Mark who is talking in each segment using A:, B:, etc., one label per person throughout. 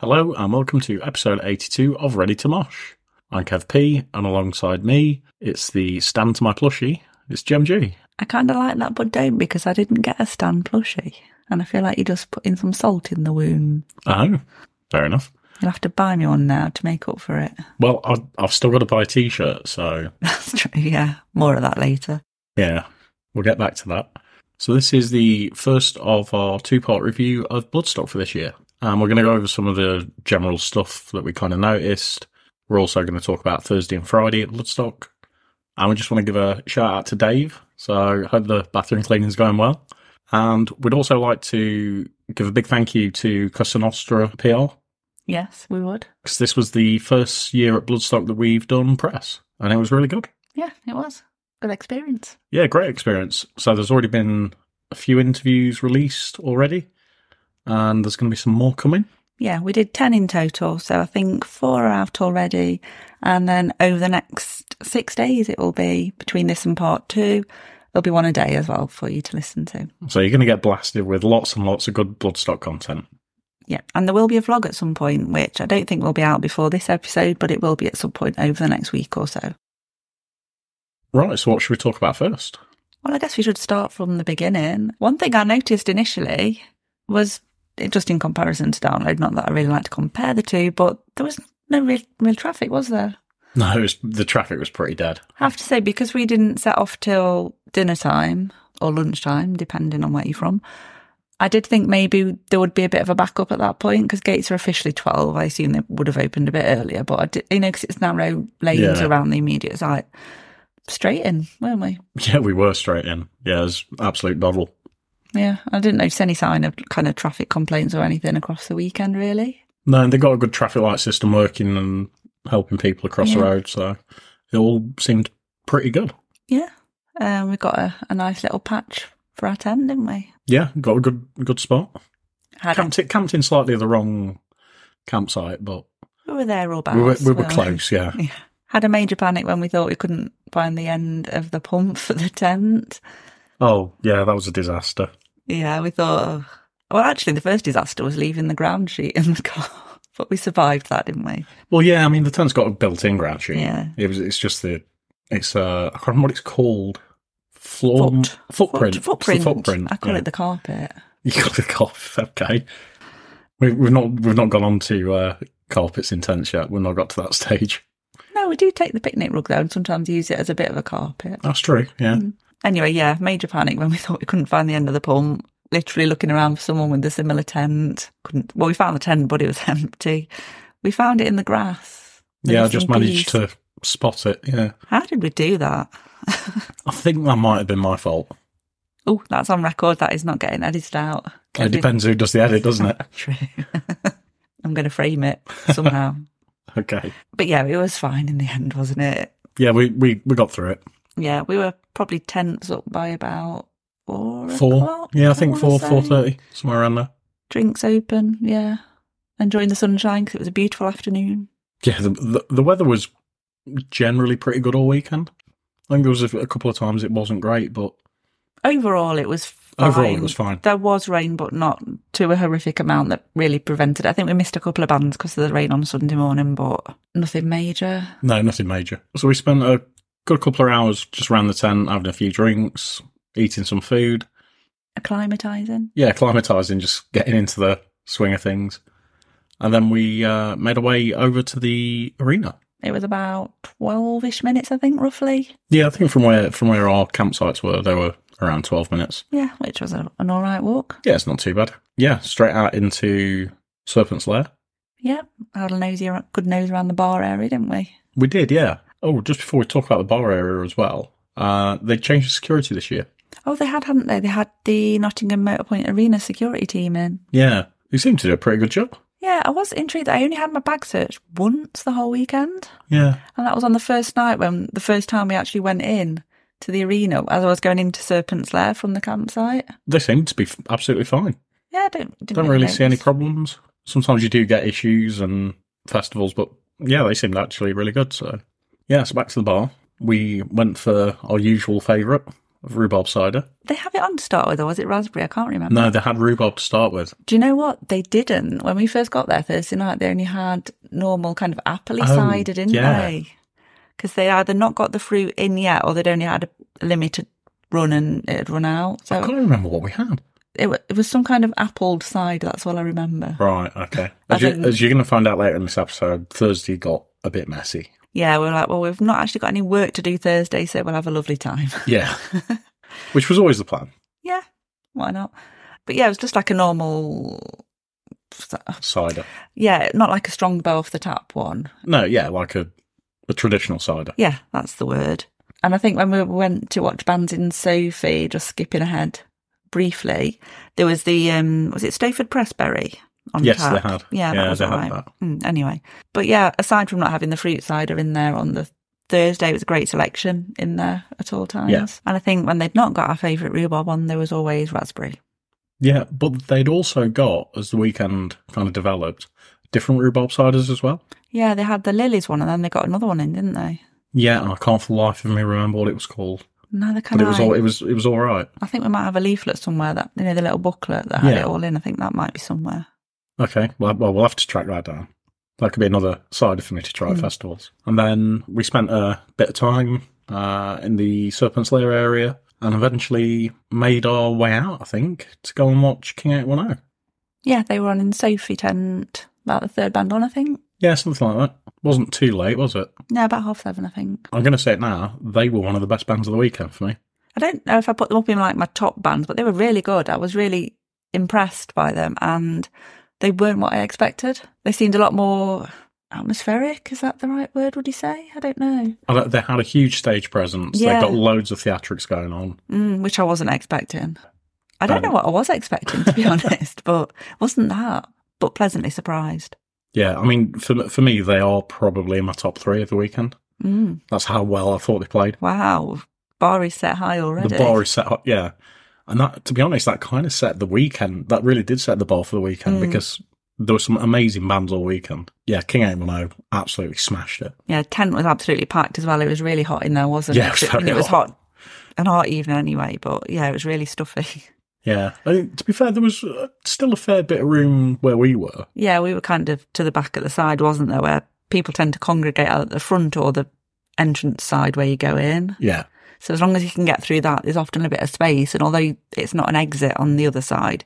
A: Hello and welcome to episode 82 of Ready to Mosh. I'm Kev P, and alongside me, it's the stand to my plushie. It's Gem G.
B: I kind of like that, but don't because I didn't get a Stan plushie. And I feel like you're just putting some salt in the wound.
A: Oh, fair enough.
B: You'll have to buy me one now to make up for it.
A: Well, I, I've still got to buy a T-shirt, so
B: That's true. Yeah. More of that later.
A: yeah, we'll get back to that. So this is the first of our two-part review of Bloodstock for this year, and we're going to go over some of the general stuff that we kind of noticed. We're also going to talk about Thursday and Friday at Bloodstock, and we just want to give a shout out to Dave. So hope the bathroom cleaning's going well, and we'd also like to give a big thank you to Casa Nostra PR
B: Yes, we would.
A: because this was the first year at Bloodstock that we've done press, and it was really good.
B: Yeah, it was. Good experience.
A: Yeah, great experience. So there's already been a few interviews released already, and there's going to be some more coming.
B: Yeah, we did 10 in total. So I think four are out already. And then over the next six days, it will be between this and part two. There'll be one a day as well for you to listen to.
A: So you're going to get blasted with lots and lots of good Bloodstock content.
B: Yeah. And there will be a vlog at some point, which I don't think will be out before this episode, but it will be at some point over the next week or so.
A: Right, so what should we talk about first?
B: Well, I guess we should start from the beginning. One thing I noticed initially was it- just in comparison to download, not that I really like to compare the two, but there was no real, real traffic, was there?
A: No, it was, the traffic was pretty dead.
B: I have to say, because we didn't set off till dinner time or lunchtime, depending on where you're from, I did think maybe there would be a bit of a backup at that point because gates are officially 12. I assume they would have opened a bit earlier, but I did, you know, because it's narrow lanes
A: Yeah.
B: around the immediate site. Straight in, weren't we?
A: Yeah, we were straight in. Yeah, it was absolute doddle.
B: Yeah, I didn't notice any sign of kind of traffic complaints or anything across the weekend, really.
A: No, and they got a good traffic light system working and helping people across the
B: Yeah.
A: road, so it all seemed pretty good.
B: Yeah. Um, we got a, a nice little patch for our tent, didn't we?
A: Yeah, got a good good spot.
B: Had
A: Camped, it, camped in slightly the wrong campsite, but
B: we were there all
A: we were,
B: about.
A: we were close, yeah.
B: Had a major panic when we thought we couldn't find the end of the pump for the tent.
A: Oh, yeah, that was a disaster.
B: Yeah, we thought. "Ugh." Well, actually, the first disaster was leaving the ground sheet in the car, but we survived that, didn't we?
A: Well, yeah, I mean, the tent's got a built-in ground sheet.
B: Yeah.
A: It was, it's just the, it's, uh, I can't remember what it's called. Floor,
B: Foot.
A: Um, footprint. It's the
B: footprint.
A: footprint.
B: I call
A: yeah.
B: it the carpet.
A: You got the cough. Okay. We, we've not, we've not gone on to, uh, carpets in tents yet. We've not got to that stage.
B: No, we do take the picnic rug though, and sometimes use it as a bit of a carpet.
A: That's true. Yeah.
B: Mm. Anyway, yeah, major panic when we thought we couldn't find the end of the pump. Literally looking around for someone with a similar tent. Couldn't. Well, we found the tent, but it was empty. We found it in the grass. The
A: yeah. I
B: missing
A: just managed
B: piece.
A: to spot it. Yeah.
B: How did we do that?
A: I think that might have been my fault.
B: Oh, that's on record. That is not getting edited out.
A: It depends who does the edit, doesn't it?
B: True. I'm going to frame it somehow.
A: Okay.
B: but yeah, it was fine in the end, wasn't it?
A: Yeah. We, we, we got through it.
B: Yeah, we were probably tents up by about four.
A: Four.
B: o'clock,
A: Yeah. I think
B: wanna
A: four,
B: say.
A: four thirty, somewhere around there.
B: Drinks open. Yeah, enjoying the sunshine because it was a beautiful afternoon.
A: Yeah, the, the the weather was generally pretty good all weekend. I think there was a, a couple of times it wasn't great, but
B: Overall, it was. Fine.
A: Overall, it was fine.
B: There was rain, but not to a horrific amount that really prevented. it. I think we missed a couple of bands because of the rain on Sunday morning, but nothing major.
A: no, nothing major. So we spent a good couple of hours just around the tent, having a few drinks, eating some food.
B: Acclimatizing.
A: Yeah, acclimatizing, just getting into the swing of things, and then we uh, made our way over to the arena.
B: It was about twelve-ish minutes, I think, roughly.
A: Yeah, I think from where from where our campsites were, they were around twelve minutes.
B: Yeah, which was a, an all right walk.
A: Yeah, it's not too bad. Yeah, straight out into Serpent's Lair.
B: Yeah, had a nosy, ar- good nose around the bar area, didn't we?
A: We did, yeah. Oh, just before we talk about the bar area as well, uh, they changed the security this year.
B: Oh, they had, hadn't they? They had the Nottingham Motorpoint Arena security team in.
A: Yeah, they seem to do a pretty good job.
B: Yeah, I was intrigued. I only had my bag searched once the whole weekend.
A: Yeah,
B: And that was on the first night when the first time we actually went in to the arena as I was going into Serpent's Lair from the campsite.
A: they seem to be f- absolutely fine.
B: Yeah, I don't didn't
A: Don't really see any
B: notice.
A: problems. Sometimes you do get issues and festivals, but yeah, they seemed actually really good. So, yeah, so back to the bar. We went for our usual favourite, of rhubarb cider.
B: They have it on to start with, or was it raspberry? I can't remember.
A: No, they had rhubarb to start with.
B: Do you know what? They didn't. When we first got there Thursday night, they only had normal kind of apple
A: Oh,
B: cider, didn't
A: yeah.
B: they? Because they either not got the fruit in yet, or they'd only had a limited run and it had run out.
A: I
B: So
A: can't remember what we had.
B: it, wa- it was some kind of appled cider. That's all I remember.
A: Right, okay.
B: I
A: As, you,
B: think-
A: as you're going to find out later in this episode, Thursday got a bit messy.
B: Yeah, we were like, well, we've not actually got any work to do Thursday, so we'll have a lovely time.
A: Yeah. Which was always the plan.
B: yeah, why not? But yeah, it was just like a normal. Oh.
A: Cider.
B: Yeah, not like a strong bow off the tap one.
A: No, yeah, like a, a traditional cider.
B: Yeah, that's the word. And I think when we went to watch Bands in Sophie, just skipping ahead briefly, there was the um was it Stoford Pressberry on
A: Yes,
B: tap?
A: they had.
B: Yeah,
A: Yeah,
B: that was
A: they had
B: alright.
A: that.
B: Mm, anyway, but yeah, aside from not having the fruit cider in there on the Thursday, it was a great selection in there at all times.
A: Yeah.
B: And I think when they'd not got our favourite rhubarb on, there was always raspberry.
A: Yeah, but they'd also got, as the weekend kind of developed, different rhubarb ciders as well.
B: Yeah, they had the lilies one, and then they got another one in, didn't they?
A: Yeah, and I can't for the life of me remember what it was called,
B: Neither can
A: but it was
B: I.
A: all it was it was all right.
B: I think we might have a leaflet somewhere that you know the little booklet that had
A: Yeah.
B: it all in. I think that might be somewhere.
A: Okay, well, well, we'll have to track that down. That could be another cider for me to try at festivals. And then we spent a bit of time uh, in the Serpent's Lair area, and eventually made our way out. I think to go and watch King Eight One Zero.
B: Yeah, they were on in Sophie tent about the third band on, I think.
A: Yeah, something like that. Wasn't too late, was it?
B: No, about half seven, I think.
A: I'm going to say it now. They were one of the best bands of the weekend for me.
B: I don't know if I put them up in like my top bands, but they were really good. I was really impressed by them, and they weren't what I expected. They seemed a lot more atmospheric. Is that the right word? Would you say? I don't know.
A: I don't- They had a huge stage presence.
B: Yeah.
A: They've got loads of theatrics going on.
B: Mm, which I wasn't expecting. I don't
A: Um,
B: know what I was expecting to be honest, but wasn't that? But pleasantly surprised.
A: Yeah, I mean, for for me, they are probably in my top three of the weekend.
B: Mm,
A: That's how well I thought they played.
B: wow, bar is set high already.
A: The bar is set up, yeah. And that, to be honest, that kind of set the weekend. That really did set the bar for the weekend
B: Mm.
A: because there were some amazing bands all weekend. Yeah, King 810 absolutely smashed it.
B: Yeah, tent was absolutely packed as well. It was really hot in there, wasn't
A: Yeah, it
B: it?
A: was
B: I mean,
A: very
B: it was
A: hot.
B: hot, an hot evening anyway. But yeah, it was really stuffy.
A: Yeah. I think, to be fair, there was uh, still a fair bit of room where we were.
B: Yeah, we were kind of to the back at the side, wasn't there? Where people tend to congregate out at the front or the entrance side where you go in.
A: Yeah.
B: So as long as you can get through that, there's often a bit of space. And although it's not an exit on the other side,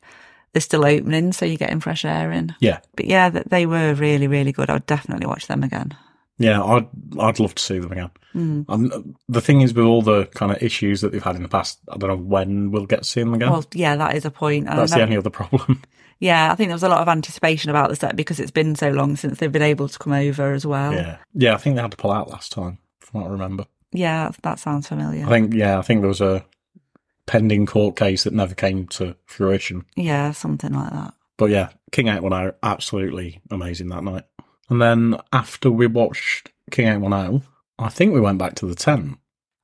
B: there's still opening, so you're getting fresh air in.
A: Yeah.
B: But yeah, th- they were really, really good. I would definitely watch them again.
A: Yeah, I'd I'd love to see them again.
B: Hmm.
A: Um, the thing is, with all the kind of issues that they've had in the past, I don't know when we'll get to see them again.
B: Well, yeah, that is a point. And I
A: That's
B: know-
A: the only other problem.
B: Yeah, I think there was a lot of anticipation about the set because it's been so long since they've been able to come over as well.
A: yeah, yeah. I think they had to pull out last time, from what I remember.
B: Yeah, that sounds familiar.
A: I think yeah, I think there was a pending court case that never came to fruition.
B: yeah, something like that.
A: But yeah, King Eight One Zero absolutely amazing that night. And then after we watched King Eight One Zero, I think we went back to the tent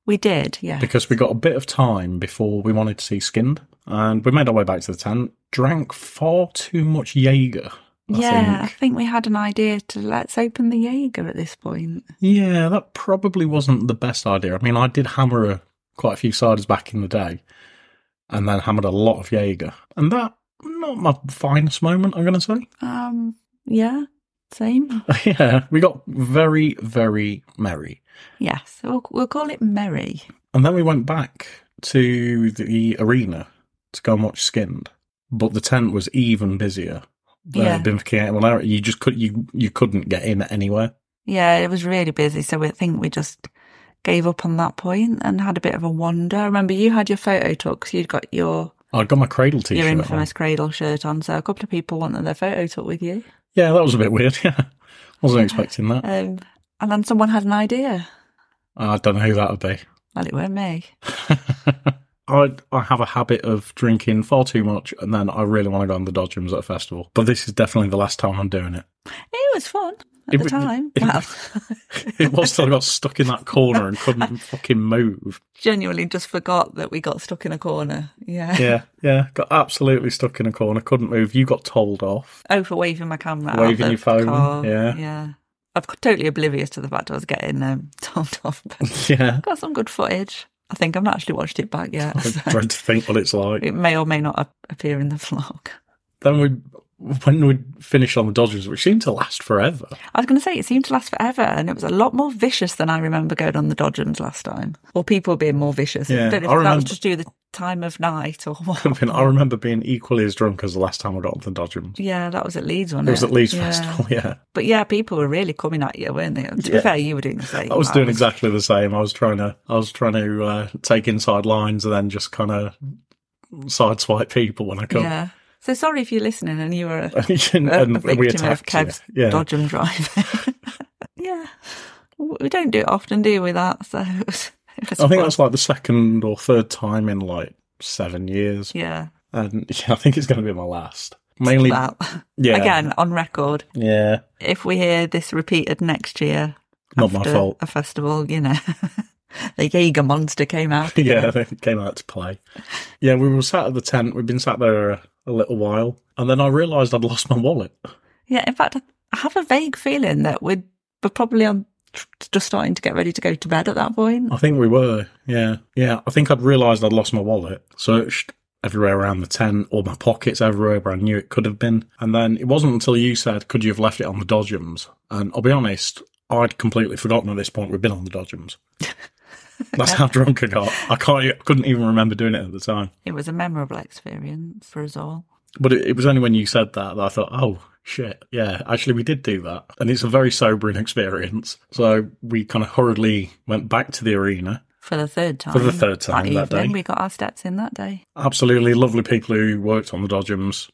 B: We did, yeah.
A: because we got a bit of time before we wanted to see Skinned, and we made our way back to the tent. Drank far too much Jaeger. I
B: yeah, I
A: think.
B: think we had an idea to let's open the Jaeger at this point.
A: Yeah, that probably wasn't the best idea. I mean, I did hammer a, quite a few ciders back in the day, and then hammered a lot of Jaeger, and that not my finest moment. I'm going to say,
B: Um, yeah, same.
A: yeah, we got very, very merry,
B: Yes, we'll, we'll call it merry.
A: and then we went back to the arena to go and watch Skinned, but the tent was even busier. than it
B: Yeah.
A: had been for King Eight One Hour. You just could you you couldn't get in anywhere.
B: Yeah, it was really busy, so I think we just gave up on that point and had a bit of a wander. I remember you had your photo took 'cause you'd got your
A: I got my cradle t-shirt.
B: your
A: on.
B: infamous cradle shirt on, so a couple of people wanted their photo took with you.
A: Yeah, that was a bit weird. Yeah, wasn't expecting that.
B: Um, and then someone had an idea.
A: I don't know who that would be.
B: Well, it weren't me.
A: I I have a habit of drinking far too much, and then I really want to go on the dodgems at a festival. But this is definitely the last time I'm doing it.
B: It was fun at
A: It
B: the
A: was-
B: time.
A: it
B: well,
A: It was till I got stuck in that corner and couldn't fucking move.
B: genuinely just forgot that we got stuck in a corner. Yeah.
A: Yeah, yeah, got absolutely stuck in a corner, couldn't move. You got told off.
B: Oh, for waving my camera.
A: Waving
B: out the
A: your phone,
B: Car.
A: yeah.
B: Yeah. I'm totally oblivious to the fact I was getting um, told off. But
A: Yeah,
B: got some good footage. I think I've not actually watched it back yet.
A: I'm
B: so
A: trying to think what it's like.
B: it may or may not ap- appear in the vlog.
A: Then we, when we finished on the Dodgers, which seemed to last forever.
B: I was going to say it seemed to last forever, and it was a lot more vicious than I remember going on the Dodgems last time, or people being more vicious.
A: Yeah,
B: I don't know if
A: I
B: that
A: remember-
B: was just due to the time of night or what.
A: Could have been- I remember being equally as drunk as the last time I got on the Dodgers.
B: Yeah, that was at Leeds,
A: It
B: wasn't it?
A: was at Leeds
B: yeah.
A: Festival, yeah.
B: But yeah, people were really coming at you, weren't they? To be
A: Yeah.
B: fair, you were doing the same.
A: I was doing exactly the same. I was trying to, I was trying to uh, take inside lines and then just kind of sideswipe people when I could.
B: Yeah. So sorry if you're listening and you were a,
A: and,
B: a
A: and
B: victim
A: we
B: of
A: attacked you.
B: Kev's
A: Yeah,
B: Dodgem driving. yeah. We don't do it often, do we? That so. It was, it was
A: I think
B: fun.
A: that's like the second or third time in like seven years,
B: yeah.
A: and yeah, I think it's going to be my last. Mainly,
B: Well,
A: yeah,
B: again on record.
A: yeah,
B: if we hear this repeated next year,
A: Not my
B: after
A: fault.
B: A festival, you know, the Jaeger monster came out.
A: yeah. I think it came out to play. Yeah, we were sat at the tent. We've been sat there a, a little while, and then I realised I'd lost my wallet.
B: Yeah, in fact, I have a vague feeling that we're, we're probably on tr- just starting to get ready to go to bed at that point.
A: I think we were. Yeah, yeah. I think I'd realised I'd lost my wallet. Searched everywhere around the tent, all my pockets everywhere where I knew it could have been. And then it wasn't until you said, "Could you have left it on the Dodgems?" And I'll be honest, I'd completely forgotten at this point we'd been on the Dodgems. That's how drunk I got. I can't. I couldn't even remember doing it at the time.
B: It was a memorable experience for us all.
A: But it, it was only when you said that that I thought, oh shit, yeah, actually we did do that, and it's a very sobering experience. So we kind of hurriedly went back to the arena.
B: For the third time.
A: the third time that
B: evening,
A: day.
B: We got our steps in that day.
A: absolutely lovely people who worked on the Dodgems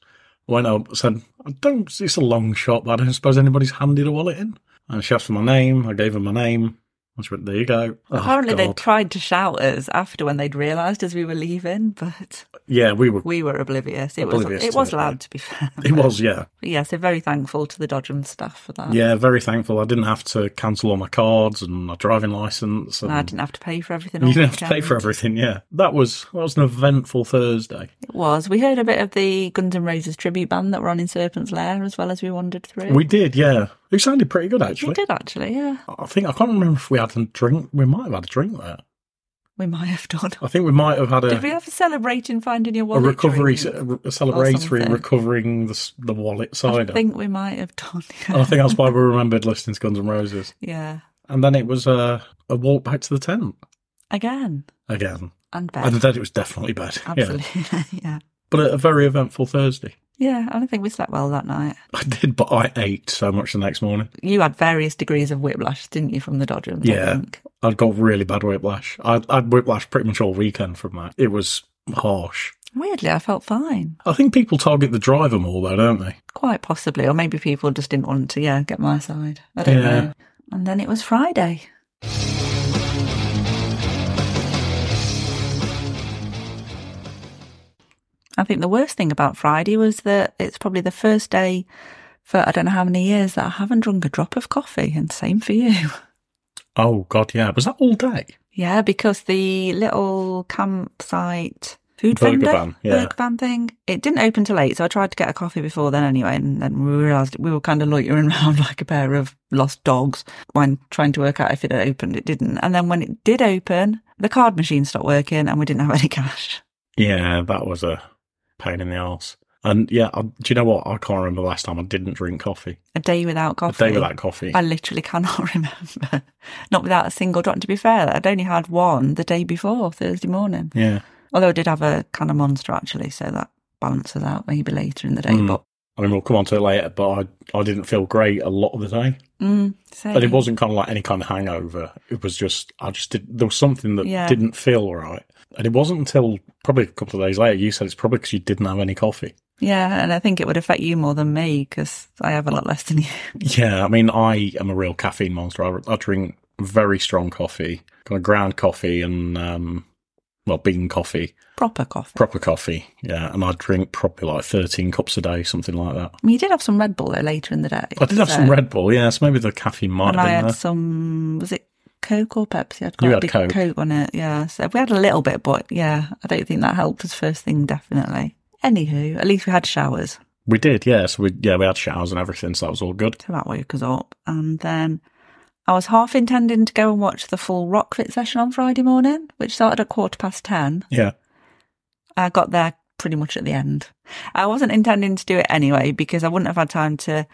A: went up said, I don't, it's a long shot, but I don't suppose anybody's handed a wallet in. And she asked for my name. I gave her my name. I just went, there you go. Oh,
B: Apparently, they
A: God.
B: tried to shout us after when they'd realised as we were leaving, but
A: Yeah, we were.
B: we were oblivious. It
A: Oblivious
B: was it
A: to
B: was
A: it,
B: loud, to be fair.
A: It was, yeah.
B: But yeah, so very thankful to the Dodgem staff for that.
A: Yeah, very thankful. I didn't have to cancel all my cards and my driving license. And
B: And I didn't have to pay for everything.
A: you
B: all
A: didn't have to pay
B: weekend.
A: for everything, yeah. That was that was an eventful Thursday.
B: It was. We heard a bit of the Guns N' Roses tribute band that were on in Serpent's Lair as well as we wandered through.
A: We did, yeah. It sounded pretty good,
B: We
A: actually.
B: did actually, yeah.
A: I think, I can't remember if we had a drink. We might have had a drink there.
B: We might have done.
A: I think we might have had a.
B: Did we have a celebrating finding your
A: a
B: wallet?
A: recovery,
B: drink?
A: a celebratory
B: something.
A: recovering the, s- the wallet
B: I
A: cider.
B: think we might have done. Yeah.
A: and I think that's why we remembered listening to Guns N' Roses.
B: yeah.
A: And then it was a, a walk back to the tent
B: Again.
A: again.
B: And
A: And
B: bed.
A: then it was definitely bad. Yeah.
B: Absolutely. yeah.
A: But a, a very eventful Thursday.
B: Yeah. I don't think we slept well that night.
A: I did, but I ate so much the next morning.
B: You had various degrees of whiplash, didn't you, from the Dodgems? I
A: Yeah.
B: think.
A: I got really bad whiplash. I, I had whiplash pretty much all weekend from that. It was harsh.
B: Weirdly, I felt fine.
A: I think people target the driver more, though, don't they?
B: Quite possibly, or maybe people just didn't want to, yeah, get my side. I don't
A: Yeah.
B: know. And then it was Friday. I think the worst thing about Friday was that it's probably the first day for I don't know how many years that I haven't drunk a drop of coffee, and same for you.
A: Oh, God, yeah. Was that all day?
B: Yeah, because the little campsite food
A: Burger
B: vendor,
A: van, yeah.
B: burger van thing, it didn't open till late, so I tried to get a coffee before then anyway, and then we realised we were kind of loitering around like a pair of lost dogs when trying to work out if it had opened. It didn't, and then when it did open, the card machine stopped working, and we didn't have any cash.
A: Yeah, that was a pain in the arse. And yeah, I, do you know what? I can't remember the last time I didn't drink coffee.
B: A day without coffee.
A: A day without coffee.
B: I literally cannot remember. Not without a single drop. To be fair, I'd only had one the day before Thursday morning.
A: yeah.
B: Although I did have a can of monster actually, so that balances out maybe later in the day.
A: Mm.
B: But
A: I mean, we'll come on to it later, but I, I didn't feel great a lot of the day.
B: mm, same.
A: And it wasn't kind of like any kind of hangover. It was just, I just did, there was something that
B: Yeah.
A: didn't feel right. And it wasn't until probably a couple of days later, you said it's probably because you didn't have any coffee.
B: Yeah, and I think it would affect you more than me because I have a lot less than you.
A: Yeah, I mean, I am a real caffeine monster. I, I drink very strong coffee, kind of ground coffee and, um, well, bean coffee.
B: Proper coffee.
A: proper coffee. Yeah, and I drink probably like thirteen cups a day, something like that.
B: I mean, you did have some Red Bull though later in the day.
A: I did have some Red Bull, yeah, so maybe the caffeine might
B: and
A: have
B: I
A: been
B: had
A: there.
B: some. Was it Coke or Pepsi? I'd got
A: You
B: a
A: had
B: big
A: Coke.
B: on it. Yeah, so we had a little bit, but yeah, I don't think that helped us first thing definitely. Anywho, at least we had showers.
A: We did, yeah. So we yeah we had showers and everything, so that was all good.
B: So that woke us up. And then I was half intending to go and watch the full Rockfit session on Friday morning, which started at quarter past 10.
A: Yeah.
B: I got there pretty much at the end. I wasn't intending to do it anyway because I wouldn't have had time to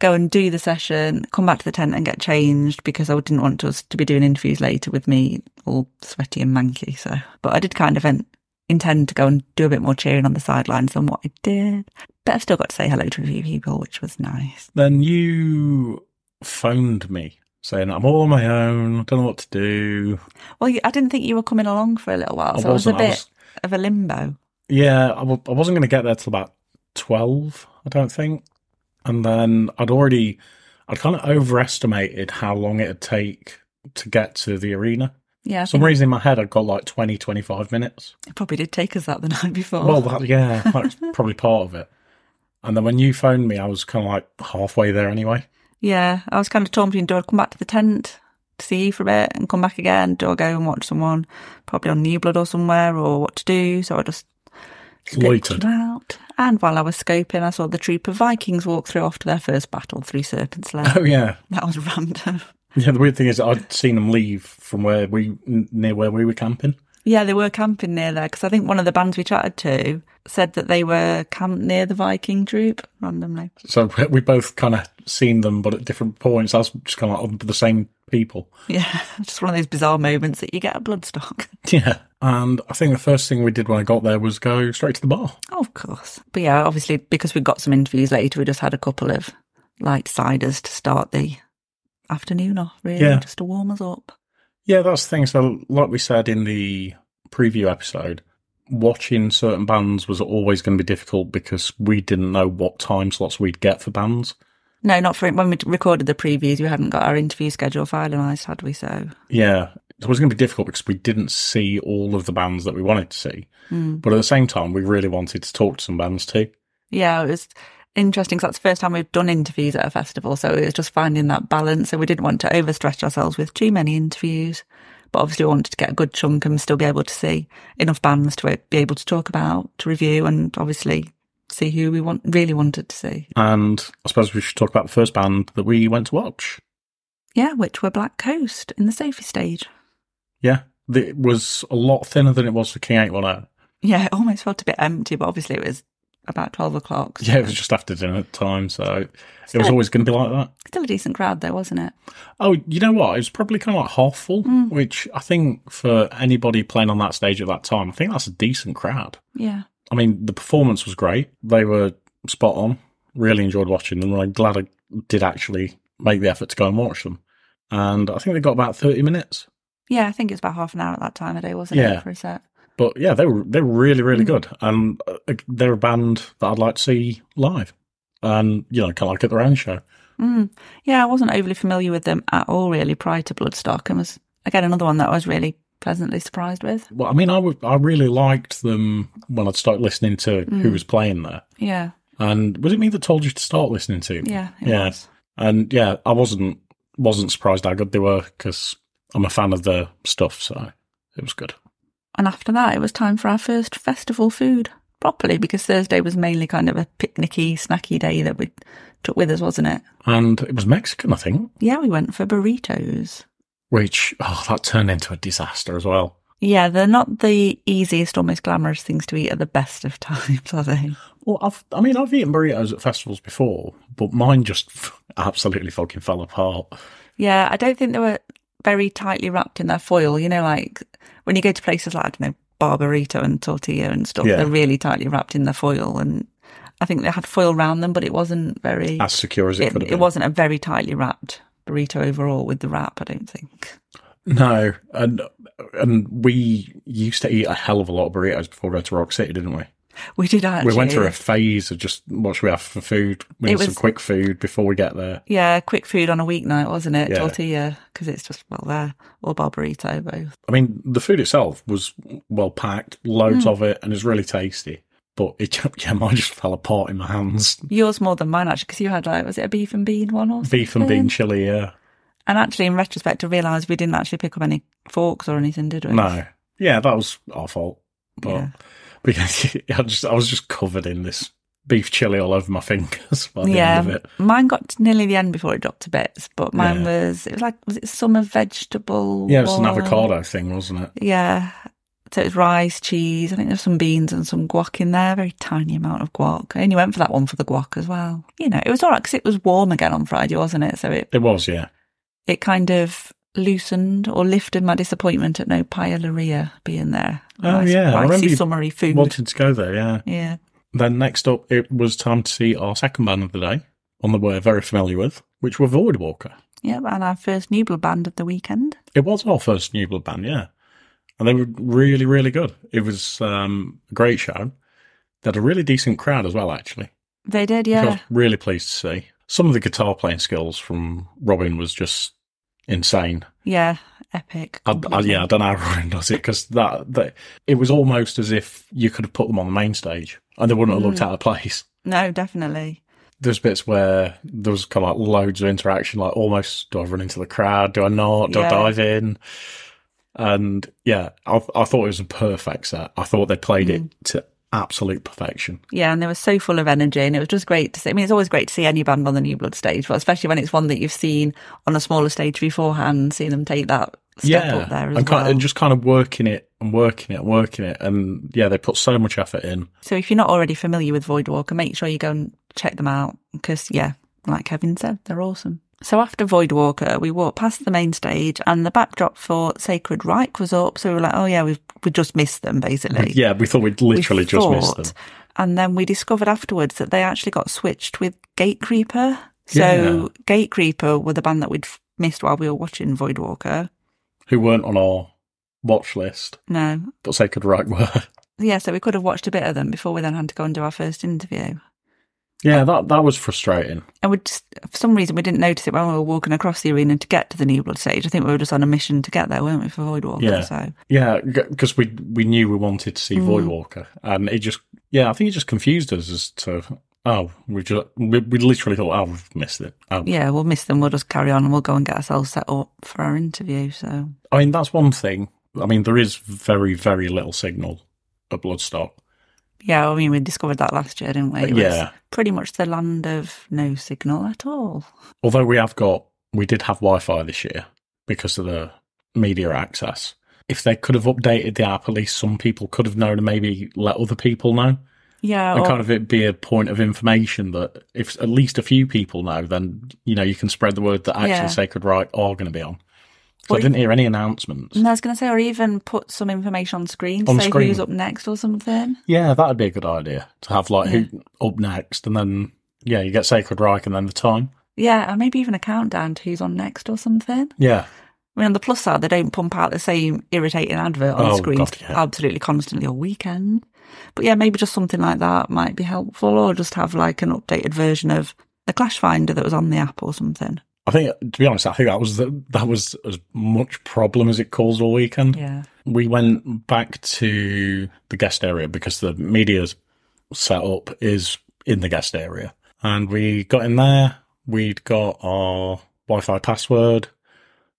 B: go and do the session, come back to the tent and get changed because I didn't want us to be doing interviews later with me all sweaty and manky. So, but I did kind of en- intend to go and do a bit more cheering on the sidelines than what I did. But I still got to say hello to a few people, which was nice.
A: Then you phoned me saying, I'm all on my own. I don't know what to do.
B: Well, you- I didn't think you were coming along for a little while, so I was a
A: wasn't.
B: bit
A: I was,
B: of a limbo.
A: yeah, I, w- I wasn't going to get there till about 12, I don't think. And then I'd already, I'd kind of overestimated how long it'd take to get to the arena.
B: Yeah, I
A: For some
B: think
A: reason in my head, I'd got like 20, 25 minutes.
B: it probably did take us that the night before.
A: Well, that, yeah, that's probably part of it. And then when you phoned me, I was kind of like halfway there anyway.
B: Yeah, I was kind of torn between do I come back to the tent to see you for a bit and come back again? Do I go and watch someone probably on New Blood or somewhere or what to do? So I just
A: Loitered.
B: loitered out. And while I was scoping, I saw the troop of Vikings walk through after their first battle through Serpent's Lair.
A: Oh yeah,
B: that was random.
A: yeah. The weird thing is, I'd seen them leave from where we n- near where we were camping.
B: Yeah, they were camping near there because I think one of the bands we chatted to said that they were camped near the Viking troop randomly.
A: So we- we both kind of seen them, but at different points. I was just kind of like, oh, the same people.
B: Yeah, just one of those bizarre moments that you get at Bloodstock.
A: Yeah. And I think the first thing we did when I got there was go straight to the bar.
B: Oh, Of course. But yeah, obviously, because we got some interviews later, we just had a couple of light ciders to start the afternoon off, really,
A: Yeah.
B: just to warm us up.
A: Yeah, that's the thing. So, like we said in the preview episode, watching certain bands was always going to be difficult because we didn't know what time slots we'd get for bands.
B: No, not for when we recorded the previews, we hadn't got our interview schedule finalised, had we? So,
A: Yeah, it was going to be difficult because we didn't see all of the bands that we wanted to see. But at the same time, we really wanted to talk to some bands too.
B: yeah, it was interesting 'cause that's the first time we've done interviews at a festival. So it was just finding that balance. So we didn't want to overstretch ourselves with too many interviews. But obviously, we wanted to get a good chunk and still be able to see enough bands to be able to talk about, to review, and obviously see who we want really wanted to see.
A: And I suppose we should talk about the first band that we went to watch.
B: Yeah, which were Black Coast in the Sophie stage.
A: Yeah, it was a lot thinner than it was for King 810.
B: Yeah, it almost felt a bit empty, but obviously it was about 12 o'clock. so
A: Yeah, it was just after dinner time, so it was
B: not-
A: always going to be like that.
B: Still a decent crowd though, wasn't it?
A: Oh, you know what? It was probably kind of like half full, which I think for anybody playing on that stage at that time, I think that's a decent crowd.
B: Yeah.
A: I mean, the performance was great. They were spot on. Really enjoyed watching them. and I'm glad I did actually make the effort to go and watch them. And I think they got about 30 minutes.
B: Yeah, I think it was about half an hour at that time of day, wasn't
A: Yeah.
B: it, for a set?
A: But yeah, they were they were really really good, and uh, they're a band that I'd like to see live, and you know, kind of like at their own show.
B: Mm. Yeah, I wasn't overly familiar with them at all really prior to Bloodstock and was, again, another one that I was really pleasantly surprised with.
A: Well, I mean, I would, I really liked them when I'd started listening to who was playing there.
B: Yeah,
A: And was it me that told you to start listening to? them?
B: yeah, it
A: yeah.
B: was.
A: And yeah, I wasn't wasn't surprised how good they were because I'm a fan of their stuff, so it was good.
B: And after that, it was time for our first festival food properly because Thursday was mainly kind of a picnicky, snacky day that we took with us, wasn't it?
A: And it was Mexican, I think,
B: Yeah, we went for burritos.
A: which oh, that turned into a disaster as well.
B: Yeah, they're not the easiest or most glamorous things to eat at the best of times, are they?
A: Well, I've, I mean, I've eaten burritos at festivals before, but mine just absolutely fucking fell apart.
B: Yeah, I don't think they were very tightly wrapped in their foil. You know, like when you go to places like, I don't know, Barbarito and Tortilla and stuff,
A: Yeah.
B: they're really tightly wrapped in their foil. And I think they had foil round them, but it wasn't very,
A: As secure as it,
B: it,
A: could have
B: it
A: been.
B: wasn't a very tightly wrapped burrito overall with the wrap, I don't think.
A: No, and and we used to eat a hell of a lot of burritos before we go to Rock City, didn't we?
B: We did actually.
A: We went through a phase of just what should we have for food? We
B: It
A: need some
B: was-
A: quick food before we get there.
B: Yeah, quick food on a weeknight, wasn't it?
A: Yeah.
B: Tortilla, because it's just, well, there, or Barbarito, both.
A: I mean, the food itself was well packed,
B: Mm.
A: loads of it, and it was really tasty. But it, ju- yeah, mine just fell apart in my hands.
B: Yours more than mine actually, because you had like was it a beef and bean one or
A: Beef and
B: something?
A: bean chili, yeah.
B: And actually, in retrospect, I realised we didn't actually pick up any forks or anything, did we?
A: No, yeah, that was our fault. But
B: Yeah.
A: but yeah, I just I was just covered in this beef chili all over my fingers by the end of
B: yeah,
A: it.
B: mine got to nearly the end before it dropped to bits, but mine
A: Yeah.
B: was it was like was it summer vegetable?
A: Yeah, it was an
B: one?
A: avocado thing, wasn't it?
B: Yeah, so it was rice, cheese. I think there's some beans and some guac in there. Very tiny amount of guac. I only went for that one for the guac as well. You know, it was all right because it was warm again on Friday, wasn't it? So it
A: It was, yeah.
B: it kind of loosened or lifted my disappointment at no paella being there.
A: Oh, yeah, I remember
B: ricey
A: you
B: summery food.
A: Wanted to go there, yeah.
B: yeah,
A: Then next up, it was time to see our second band of the day, one that we're very familiar with, which were Void Walker.
B: yeah, and our first Nubla band of the weekend.
A: It was our first New Blood band, yeah. And they were really, really good. It was um, a great show. They had a really decent crowd as well, actually.
B: They did,
A: which I
B: yeah.
A: was really pleased to see. Some of the guitar playing skills from Robin was just insane.
B: Yeah, epic.
A: I, I, yeah, I don't know how Robin does it because that, that it was almost as if you could have put them on the main stage and they wouldn't have looked out of place.
B: No, definitely.
A: There's bits where there was kind of like loads of interaction, like almost do I run into the crowd? Do I not? Do I
B: Yeah.
A: dive in? And yeah, I, I thought it was a perfect set. I thought they played
B: Mm.
A: it to absolute perfection.
B: Yeah, and they were so full of energy, and it was just great to see. I mean, it's always great to see any band on the New Blood stage, but especially when it's one that you've seen on a smaller stage beforehand, seeing them take that step
A: yeah,
B: up there as
A: and, kind
B: well.
A: and just kind of working it and working it and working it. And yeah, they put so much effort in.
B: So if you're not already familiar with Voidwalker, make sure you go and check them out because, yeah, like Kevin said, they're awesome. So after Voidwalker, we walked past the main stage and the backdrop for Sacred Reich was up. So we were like, oh, yeah, we've, we just missed them, basically.
A: Yeah, we thought we'd
B: We
A: literally just missed them.
B: thought. And then we discovered afterwards that they actually got switched with Gatecreeper. So
A: Yeah.
B: Gatecreeper were the band that we'd f- missed while we were watching Voidwalker.
A: Who weren't on our watch list,
B: No.
A: but Sacred Right were.
B: Yeah, so we could have watched a bit of them before we then had to go and do our first interview.
A: yeah, that that was frustrating.
B: And we just, for some reason, we didn't notice it when we were walking across the arena to get to the New Blood stage. I think we were just on a mission to get there, weren't we, for Voidwalker?
A: Yeah.
B: So,
A: Yeah, because we we knew we wanted to see Void Walker, and it just yeah, I think it just confused us as to oh we just we, we literally thought oh we've missed it. Oh.
B: yeah, we'll miss them. We'll just carry on and we'll go and get ourselves set up for our interview. So,
A: I mean that's one thing. I mean there is very very little signal at Bloodstock.
B: yeah, I mean, we discovered that last year, didn't we? It was
A: Yeah.
B: Pretty much the land of no signal at all.
A: Although we have got we did have Wi-Fi this year because of the media access. If they could have updated the app, at least some people could have known, and maybe let other people know.
B: Yeah.
A: and
B: or-
A: kind of it be a point of information that if at least a few people know, then you know you can spread the word that actually
B: Yeah.
A: Sacred Right are going to be on. So
B: Well,
A: I didn't hear any announcements.
B: and I was going to say, or even put some information on screen, to
A: On
B: say
A: screen.
B: who's up next or something.
A: Yeah, that'd be a good idea to have like who up next, and then yeah, you get Sacred Reich and then the time.
B: Yeah, and maybe even a countdown to who's on next or something.
A: Yeah,
B: I mean, on the plus side, they don't pump out the same irritating advert on
A: Oh,
B: screen
A: God, yeah.
B: absolutely constantly all weekend. But yeah, maybe just something like that might be helpful, or just have like an updated version of the Clash Finder that was on the app or something.
A: I think to be honest, I think that was the, that was as much problem as it caused all weekend.
B: Yeah.
A: We went back to the guest area because the media's setup is in the guest area. And we got in there, we'd got our Wi Fi password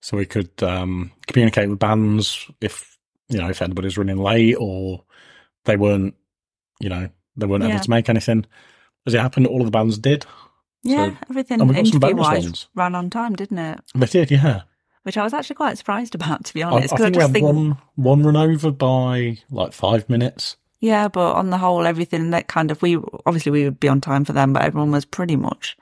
A: so we could um, communicate with bands if, you know, if anybody's running late or they weren't, you know, they weren't
B: Yeah.
A: able to make anything. As it happened, all of the bands did.
B: Yeah, everything
A: and we got some bonus
B: interview wise
A: ones.
B: ran on time, didn't it?
A: They did, yeah.
B: Which I was actually quite surprised about, to be
A: I, I
B: honest. 'cause
A: think we
B: Oh, just
A: had one, one run over by like five minutes.
B: Yeah, but on the whole, everything that kind of we obviously we would be on time for them, but everyone was pretty much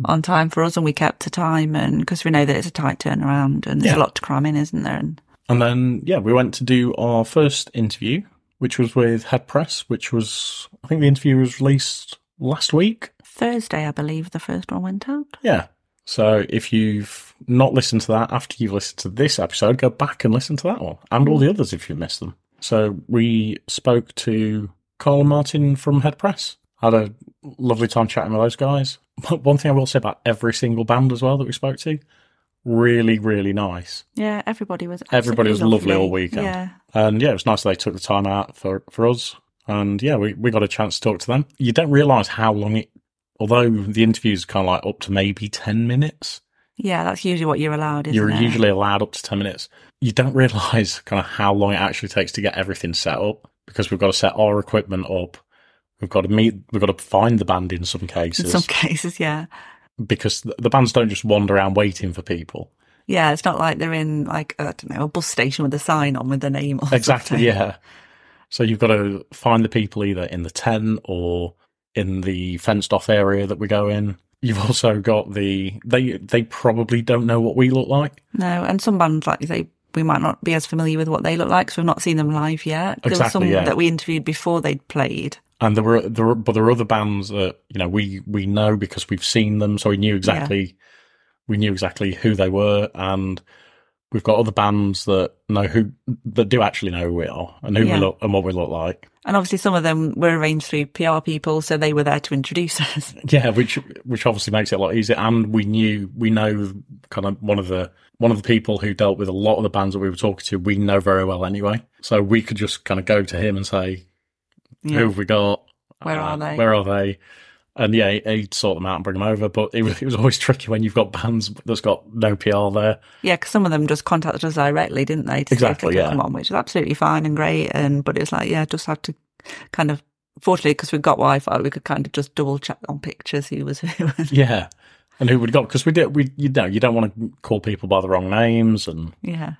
A: Mm.
B: on time for us, and we kept to time, and because we know that it's a tight turnaround and there's
A: Yeah.
B: a lot to cram in, isn't there? And
A: And then, yeah, we went to do our first interview, which was with Head Press, which was, I think the interview was released last week.
B: Thursday, I believe, the first one went out.
A: Yeah. So if you've not listened to that after you've listened to this episode, go back and listen to that one and all the others if you've missed them. So we spoke to Carl and Martin from Head Press. Had a lovely time chatting with those guys. But one thing I will say about every single band as well that we spoke to, really, really nice.
B: Yeah, everybody was
A: Everybody was
B: absolutely
A: lovely all weekend.
B: Yeah,
A: And yeah, it was nice they took the time out for, for us. And yeah, we, we got a chance to talk to them. You don't realise how long it, although the interview's kind of like up to maybe 10 minutes,
B: yeah, that's usually what you're allowed, isn't
A: you're
B: it?
A: usually allowed up to 10 minutes. You don't realise kind of how long it actually takes to get everything set up because we've got to set our equipment up. We've got to meet. We've got to find the band in some
B: In
A: cases
B: some cases, yeah.
A: because th- the bands don't just wander around waiting for people.
B: Yeah, it's not like they're in like I don't know a bus station with a sign on with their name. Or
A: Exactly.
B: something.
A: Yeah. So you've got to find the people either in the tent or in the fenced off area that we go in. You've also got the they they probably don't know what we look like.
B: No, and some bands like they we might not be as familiar with what they look like because we've not seen them live yet. there were
A: Exactly,
B: some
A: yeah.
B: that we interviewed before they'd played.
A: And there were there were, but there are other bands that you know we we know because we've seen them, so we knew exactly we knew exactly who they were, and we've got other bands that know who that do actually know who we are and who
B: Yeah.
A: we look and what we look like.
B: And obviously, some of them were arranged through PR people, so they were there to introduce us.
A: Yeah, which which obviously makes it a lot easier. And we knew we know kind of one of the one of the people who dealt with a lot of the bands that we were talking to. We know very well anyway, so we could just kind of go to him and say,
B: Yeah.
A: "Who have we got? Uh,
B: Where are they?"
A: Where are they?" And yeah, he'd sort them out and bring them over. But it was, it was always tricky when you've got bands that's got no PR there.
B: Yeah, because some of them just contacted us directly, didn't they? To
A: Exactly,
B: See if
A: yeah.
B: they could Come on, which is absolutely fine and great. And but it was like, yeah, just had to kind of. Fortunately, because we've got Wi-Fi, we could kind of just double check on pictures who was who.
A: Yeah, and who would got? Because we did. We you know you don't want to call people by the wrong names, and
B: yeah,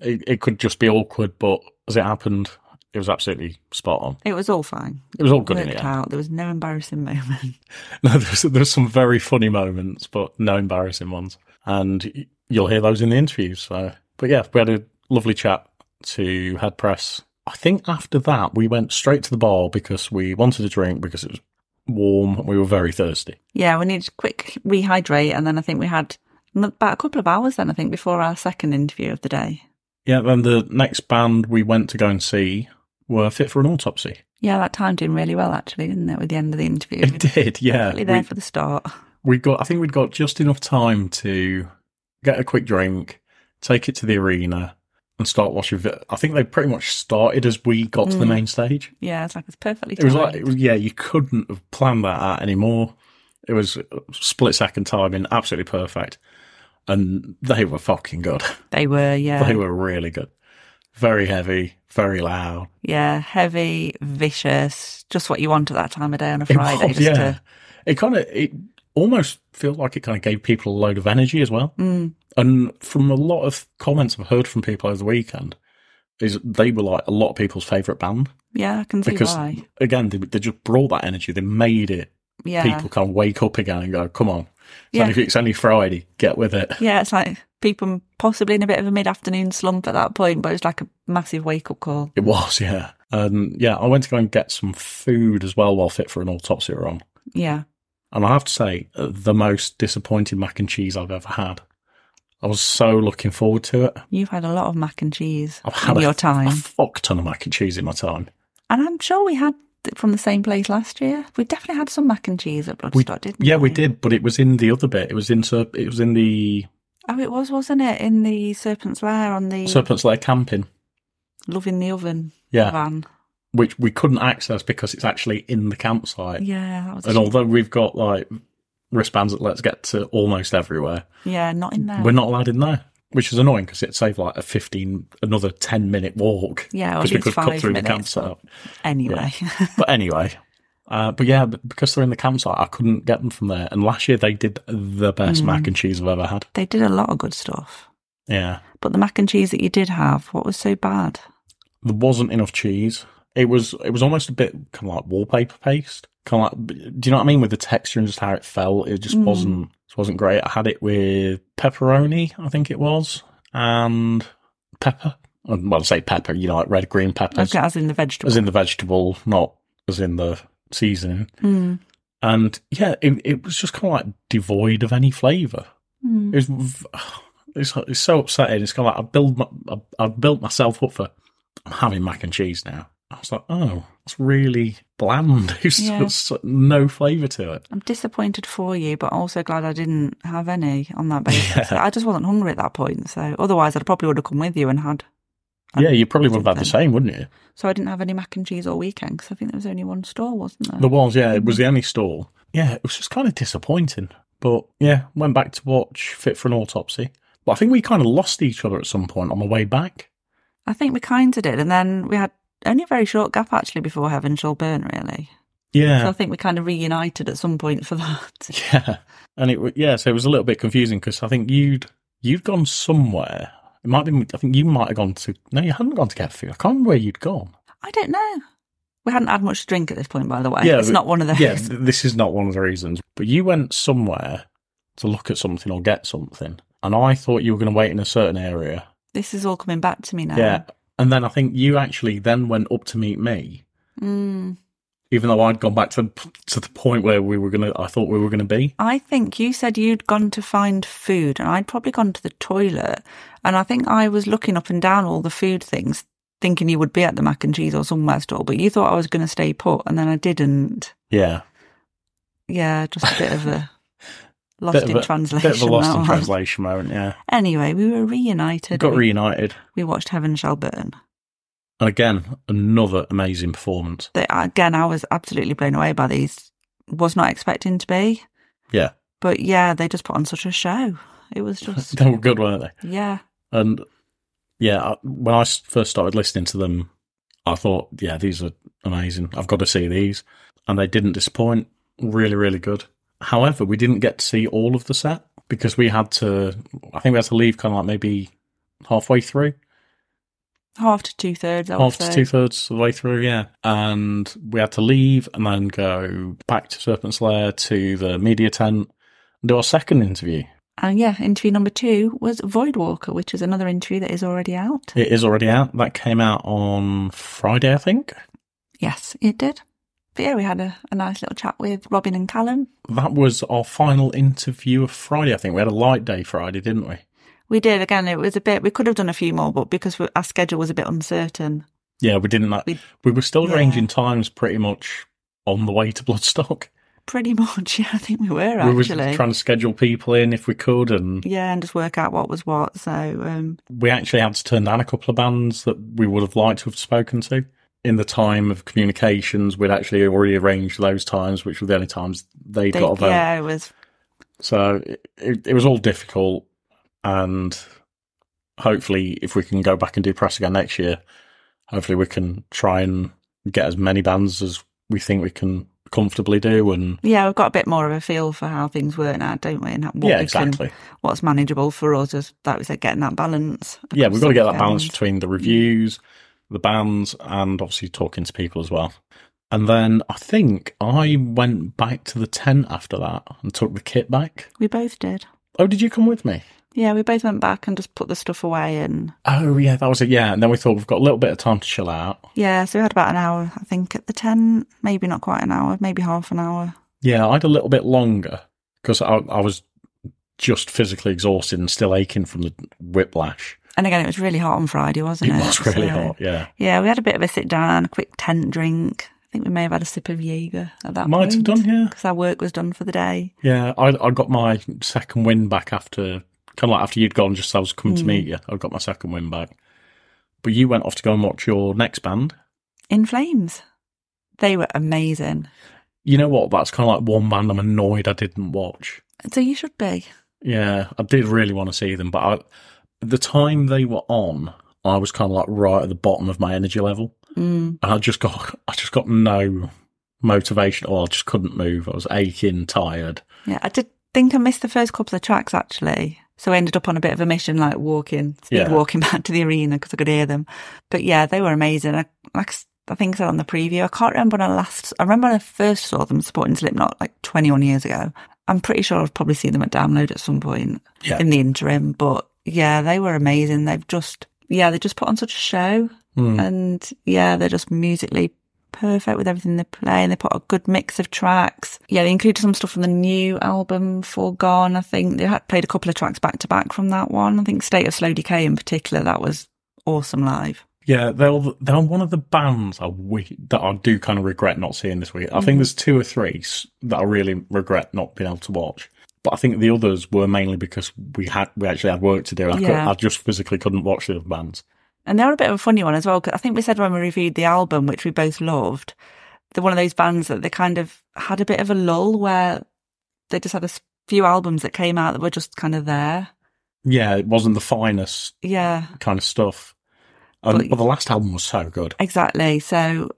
A: it, it could just be awkward. But as it happened, it was absolutely spot on.
B: it was all fine.
A: It was all good in
B: Worked
A: the end.
B: out. There was no embarrassing moment.
A: No, there's there's some very funny moments, but no embarrassing ones, and y- you'll hear those in the interviews. So, but yeah, we had a lovely chat to head press. I think after that we went straight to the bar because we wanted a drink because it was warm. and We were very thirsty.
B: Yeah, we need to quick rehydrate, and then I think we had n- about a couple of hours. Then I think before our second interview of the day.
A: Yeah. Then the next band we went to go and see were Fit for an Autopsy.
B: Yeah, that timed in really well actually, didn't it? With the end of the interview,
A: It did. Yeah.
B: Really there
A: We,
B: for the start.
A: we got. I think we'd got just enough time to get a quick drink, take it to the arena. And start watching. vi- I think they pretty much started as we got to the
B: Mm.
A: main stage.
B: Yeah, it's like it's perfectly.
A: It was
B: timed.
A: like, it was- yeah, you couldn't have planned that out anymore. It was split second timing, absolutely perfect. And they were fucking good.
B: they were. Yeah,
A: They were really good. Very heavy, very loud.
B: yeah, heavy, vicious, just what you want at that time of day on a
A: It
B: Friday.
A: was,
B: just uh,
A: yeah.
B: to,
A: It kind of, it almost feels like it kind of gave people a load of energy as well.
B: Mm,
A: And from a lot of comments I've heard from people over the weekend, is they were like a lot of people's favourite band
B: yeah, I can see
A: because
B: why.
A: again they, they just brought that energy they made it
B: Yeah,
A: people kind of wake up again and go come on It's,
B: Yeah.
A: only, it's only Friday. Get with it.
B: yeah, it's like people possibly in a bit of a mid-afternoon slump at that point, but it's like a massive wake-up call.
A: It was, yeah. Um, yeah, I went to go and get some food as well while Fit for an Autopsy were on.
B: Yeah,
A: And I have to say, uh, the most disappointing mac and cheese I've ever had. I was so looking forward to it.
B: you've had a lot of mac and cheese
A: I've had
B: in
A: a,
B: your time.
A: a fuck ton of mac and cheese in my time.
B: And I'm sure we had it from the same place last year. We definitely had some mac and cheese at
A: We,
B: Bloodstock, didn't we?
A: yeah, we did, but it was in the other bit. It was in Serp- it was in the
B: Oh, it was, wasn't it? In the Serpent's Lair on the
A: Serpent's Lair camping.
B: Love in the Oven
A: Yeah,
B: van.
A: which we couldn't access because it's actually in the campsite.
B: Yeah, that was a
A: And
B: shame.
A: although we've got like wristbands that let's get to almost everywhere,
B: Yeah, not in there.
A: We're not allowed in there, which is annoying because it saved like a fifteen, another ten minute walk.
B: Oh, Yeah, or at
A: because we
B: least
A: could cut
B: five
A: through the
B: minutes.
A: campsite.
B: Anyway.
A: but anyway, uh, but yeah, b- because they're in the campsite, I couldn't get them from there. And last year they did the best
B: Mm.
A: mac and cheese I've ever had.
B: they did a lot of good stuff.
A: Yeah,
B: But the mac and cheese that you did have, what was so bad?
A: there wasn't enough cheese. It was it was almost a bit kind of like wallpaper paste. Kind of like, do you know what I mean with the texture and just how it felt? It just
B: Mm.
A: wasn't it wasn't great. I had it with pepperoni, I think it was, and pepper. Well, I say pepper, you know, like red green peppers.
B: Okay, as in the vegetable.
A: as in the vegetable, not as in the seasoning.
B: Mm.
A: And yeah, it, it was just kind of like devoid of any flavour.
B: Mm.
A: It was, v- it's, it's so upsetting. It's kind of like I build my, I, I built myself up for I'm having mac and cheese now. I was like, oh, it's really bland. It's
B: Yeah.
A: got so- no flavour to it.
B: I'm disappointed for you, but also glad I didn't have any on that basis. I just wasn't hungry at that point, so otherwise I probably would have come with you and had.
A: yeah, you probably would have had the
B: something.
A: same, wouldn't you?
B: So I didn't have any mac and cheese all weekend because I think there was only one store, wasn't there?
A: There was, yeah, it was the only stall. Yeah, it was just kind of disappointing. But yeah, went back to watch Fit for an Autopsy. But I think we kind of lost each other at some point on the way back.
B: I think we kind of did, and then we had only a very short gap actually before Heaven Shall Burn, really. So I
A: Yeah.
B: think we kind of reunited at some point for that.
A: Yeah. And it, wa- yeah, so it was a little bit confusing because I think you'd, you'd gone somewhere. It might have been, I think you might have gone to, no, you hadn't gone to Cat Food. I can't remember where you'd gone.
B: I don't know. We hadn't had much to drink at this point, by the way.
A: Yeah,
B: it's
A: but-
B: not one of those.
A: yeah, th- this is not one of the reasons. But you went somewhere to look at something or get something, and I thought you were going to wait in a certain area.
B: This is all coming back to me now.
A: Yeah, and then I think you actually then went up to meet me,
B: Mm.
A: even though I'd gone back to to the point where we were gonna. I thought we were gonna be.
B: I think you said you'd gone to find food, and I'd probably gone to the toilet. And I think I was looking up and down all the food things, thinking you would be at the mac and cheese or somewhere store, but you thought I was going to stay put, and then I didn't.
A: Yeah,
B: Yeah, just a bit of a lost
A: bit
B: in
A: of a,
B: translation.
A: Bit of a lost
B: that
A: in
B: one.
A: translation moment. Yeah,
B: Anyway, we were reunited.
A: got
B: We-
A: reunited,
B: we watched Heaven Shall Burn.
A: and again another amazing performance.
B: They, again, I was absolutely blown away by these. Was not expecting to be,
A: Yeah,
B: but yeah, they just put on such a show. It was just
A: they were good, weren't they?
B: yeah.
A: And yeah, I- when I s- first started listening to them, I thought, yeah, these are amazing. I've got to see these. And they didn't disappoint. Really, really good. However, we didn't get to see all of the set because we had to, I think we had to leave kind of like maybe halfway through,
B: Half to two thirds. I would
A: half to
B: say.
A: two thirds of the way through, yeah. And we had to leave and then go back to Serpent's Lair to the media tent and do our second interview.
B: And yeah, interview number two was Void Walker, which is another interview that is already out.
A: It is already out. That came out on Friday, I think.
B: Yes, it did. But yeah, we had a, a nice little chat with Robin and Callum.
A: that was our final interview of Friday. I think we had a light day Friday, didn't we?
B: We did again. It was a bit. We could have done a few more, but because we, our schedule was a bit uncertain,
A: Yeah, we didn't. Like,
B: We-
A: we were still
B: Yeah.
A: arranging times pretty much on the way to Bloodstock.
B: pretty much. Yeah, I think we were
A: We
B: actually
A: were trying to schedule people in if we could, and
B: yeah, and just work out what was what. So um,
A: we actually had to turn down a couple of bands that we would have liked to have spoken to. In the time of communications, we'd actually already arranged those times, which were the only times they'd
B: they,
A: got available.
B: yeah, it was
A: So it- it, it was all difficult, and hopefully, if we can go back and do press again next year, hopefully we can try and get as many bands as we think we can comfortably do. And
B: yeah, we've got a bit more of a feel for how things work now, don't we? And what we
A: yeah,
B: can-
A: exactly.
B: what's manageable for us is like we said, getting that balance.
A: Yeah, we've got to get that balance
B: across
A: between the reviews, the bands, and obviously talking to people as well. And then I think I went back to the tent after that and took the kit back.
B: the weekend. We both did.
A: Oh, did you come with me?
B: Yeah, we both went back and just put the stuff away and
A: Oh, yeah, that was it. Yeah. And then we thought we've got a little bit of time to chill out.
B: yeah, so we had about an hour, I think, at the tent. Maybe not quite an hour, maybe half an hour.
A: Yeah, I had a little bit longer because I, I was just physically exhausted and still aching from the whiplash.
B: And again, it was really hot on Friday,
A: It
B: wasn't it?
A: was really
B: So,
A: hot. Yeah,
B: Yeah, we had a bit of a sit down, a quick tent drink. I think we may have had a sip of Jaeger at that
A: might have done. Yeah,
B: because our work was done for the day.
A: yeah. I I got my second win back after kind of like after you'd gone. Just I was coming to
B: Mm.
A: meet you. I got my second win back. But you went off to go and watch your next band.
B: In Flames. They were amazing.
A: You know what? That's kind of like one band I'm annoyed I didn't watch.
B: So you should be.
A: Yeah, I did really want to see them, but I, the time they were on, I was kind of like right at the bottom of my energy level.
B: Mm.
A: and I just got I just got no motivation or I just couldn't move. I was aching, tired.
B: Yeah, I did think I missed the first couple of tracks actually. So I ended up on a bit of a mission, like walking, speed
A: Yeah.
B: walking back to the arena because I could hear them. But yeah, they were amazing. I, like I s- I think I said on the preview, I can't remember when I last. I remember when I first saw them supporting Slipknot like 21 years ago. I'm pretty sure I've probably seen them at Download at some point
A: Yeah.
B: in the interim. But yeah, they were amazing. They've just yeah, they just put on such a show.
A: Mm.
B: and yeah, they're just musically perfect with everything they play, and they put a good mix of tracks. Yeah, they included some stuff from the new album Foregone. I think they had played a couple of tracks back to back from that one. I think State of Slow Decay in particular, that was awesome live.
A: Yeah, they're they're one of the bands I wi- that I do kind of regret not seeing this week. I think there's two or three s- that I really regret not being able to watch. But I think the others were mainly because we had we actually had work to do. And I, could,
B: Yeah.
A: I just physically couldn't watch the other bands.
B: And they're a bit of a funny one as well. 'cause I think we said when we reviewed the album, which we both loved, they're one of those bands that they kind of had a bit of a lull where they just had a s- few albums that came out that were just kind of there.
A: Yeah, it wasn't the finest
B: Yeah.
A: kind of stuff. Um,
B: But-
A: but the last album was so good.
B: Exactly. So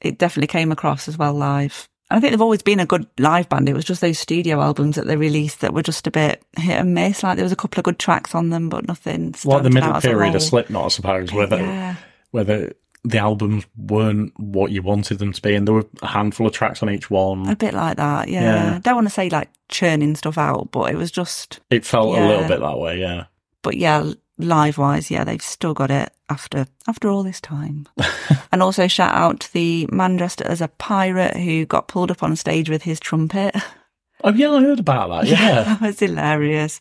B: it definitely came across as well live. And I think they've always been a good live band. It was just those studio albums that they released that were just a bit hit and miss. Like there was a couple of good tracks on them, but nothing.
A: like the
B: stands
A: middle
B: out as a
A: period
B: whole.
A: of Slipknot, I suppose, where the,
B: Yeah.
A: where the, the albums weren't what you wanted them to be, and there were a handful of tracks on each
B: A
A: one.
B: bit like that, yeah.
A: Yeah.
B: Don't want to say like churning stuff out, but it was just,
A: It felt a
B: Yeah.
A: little bit that way, yeah.
B: but yeah, live wise, yeah, they've still got it after after all this time. and also shout out to the man dressed as a pirate who got pulled up on stage with his trumpet.
A: Oh, yeah, I heard about that, yeah.
B: that was hilarious.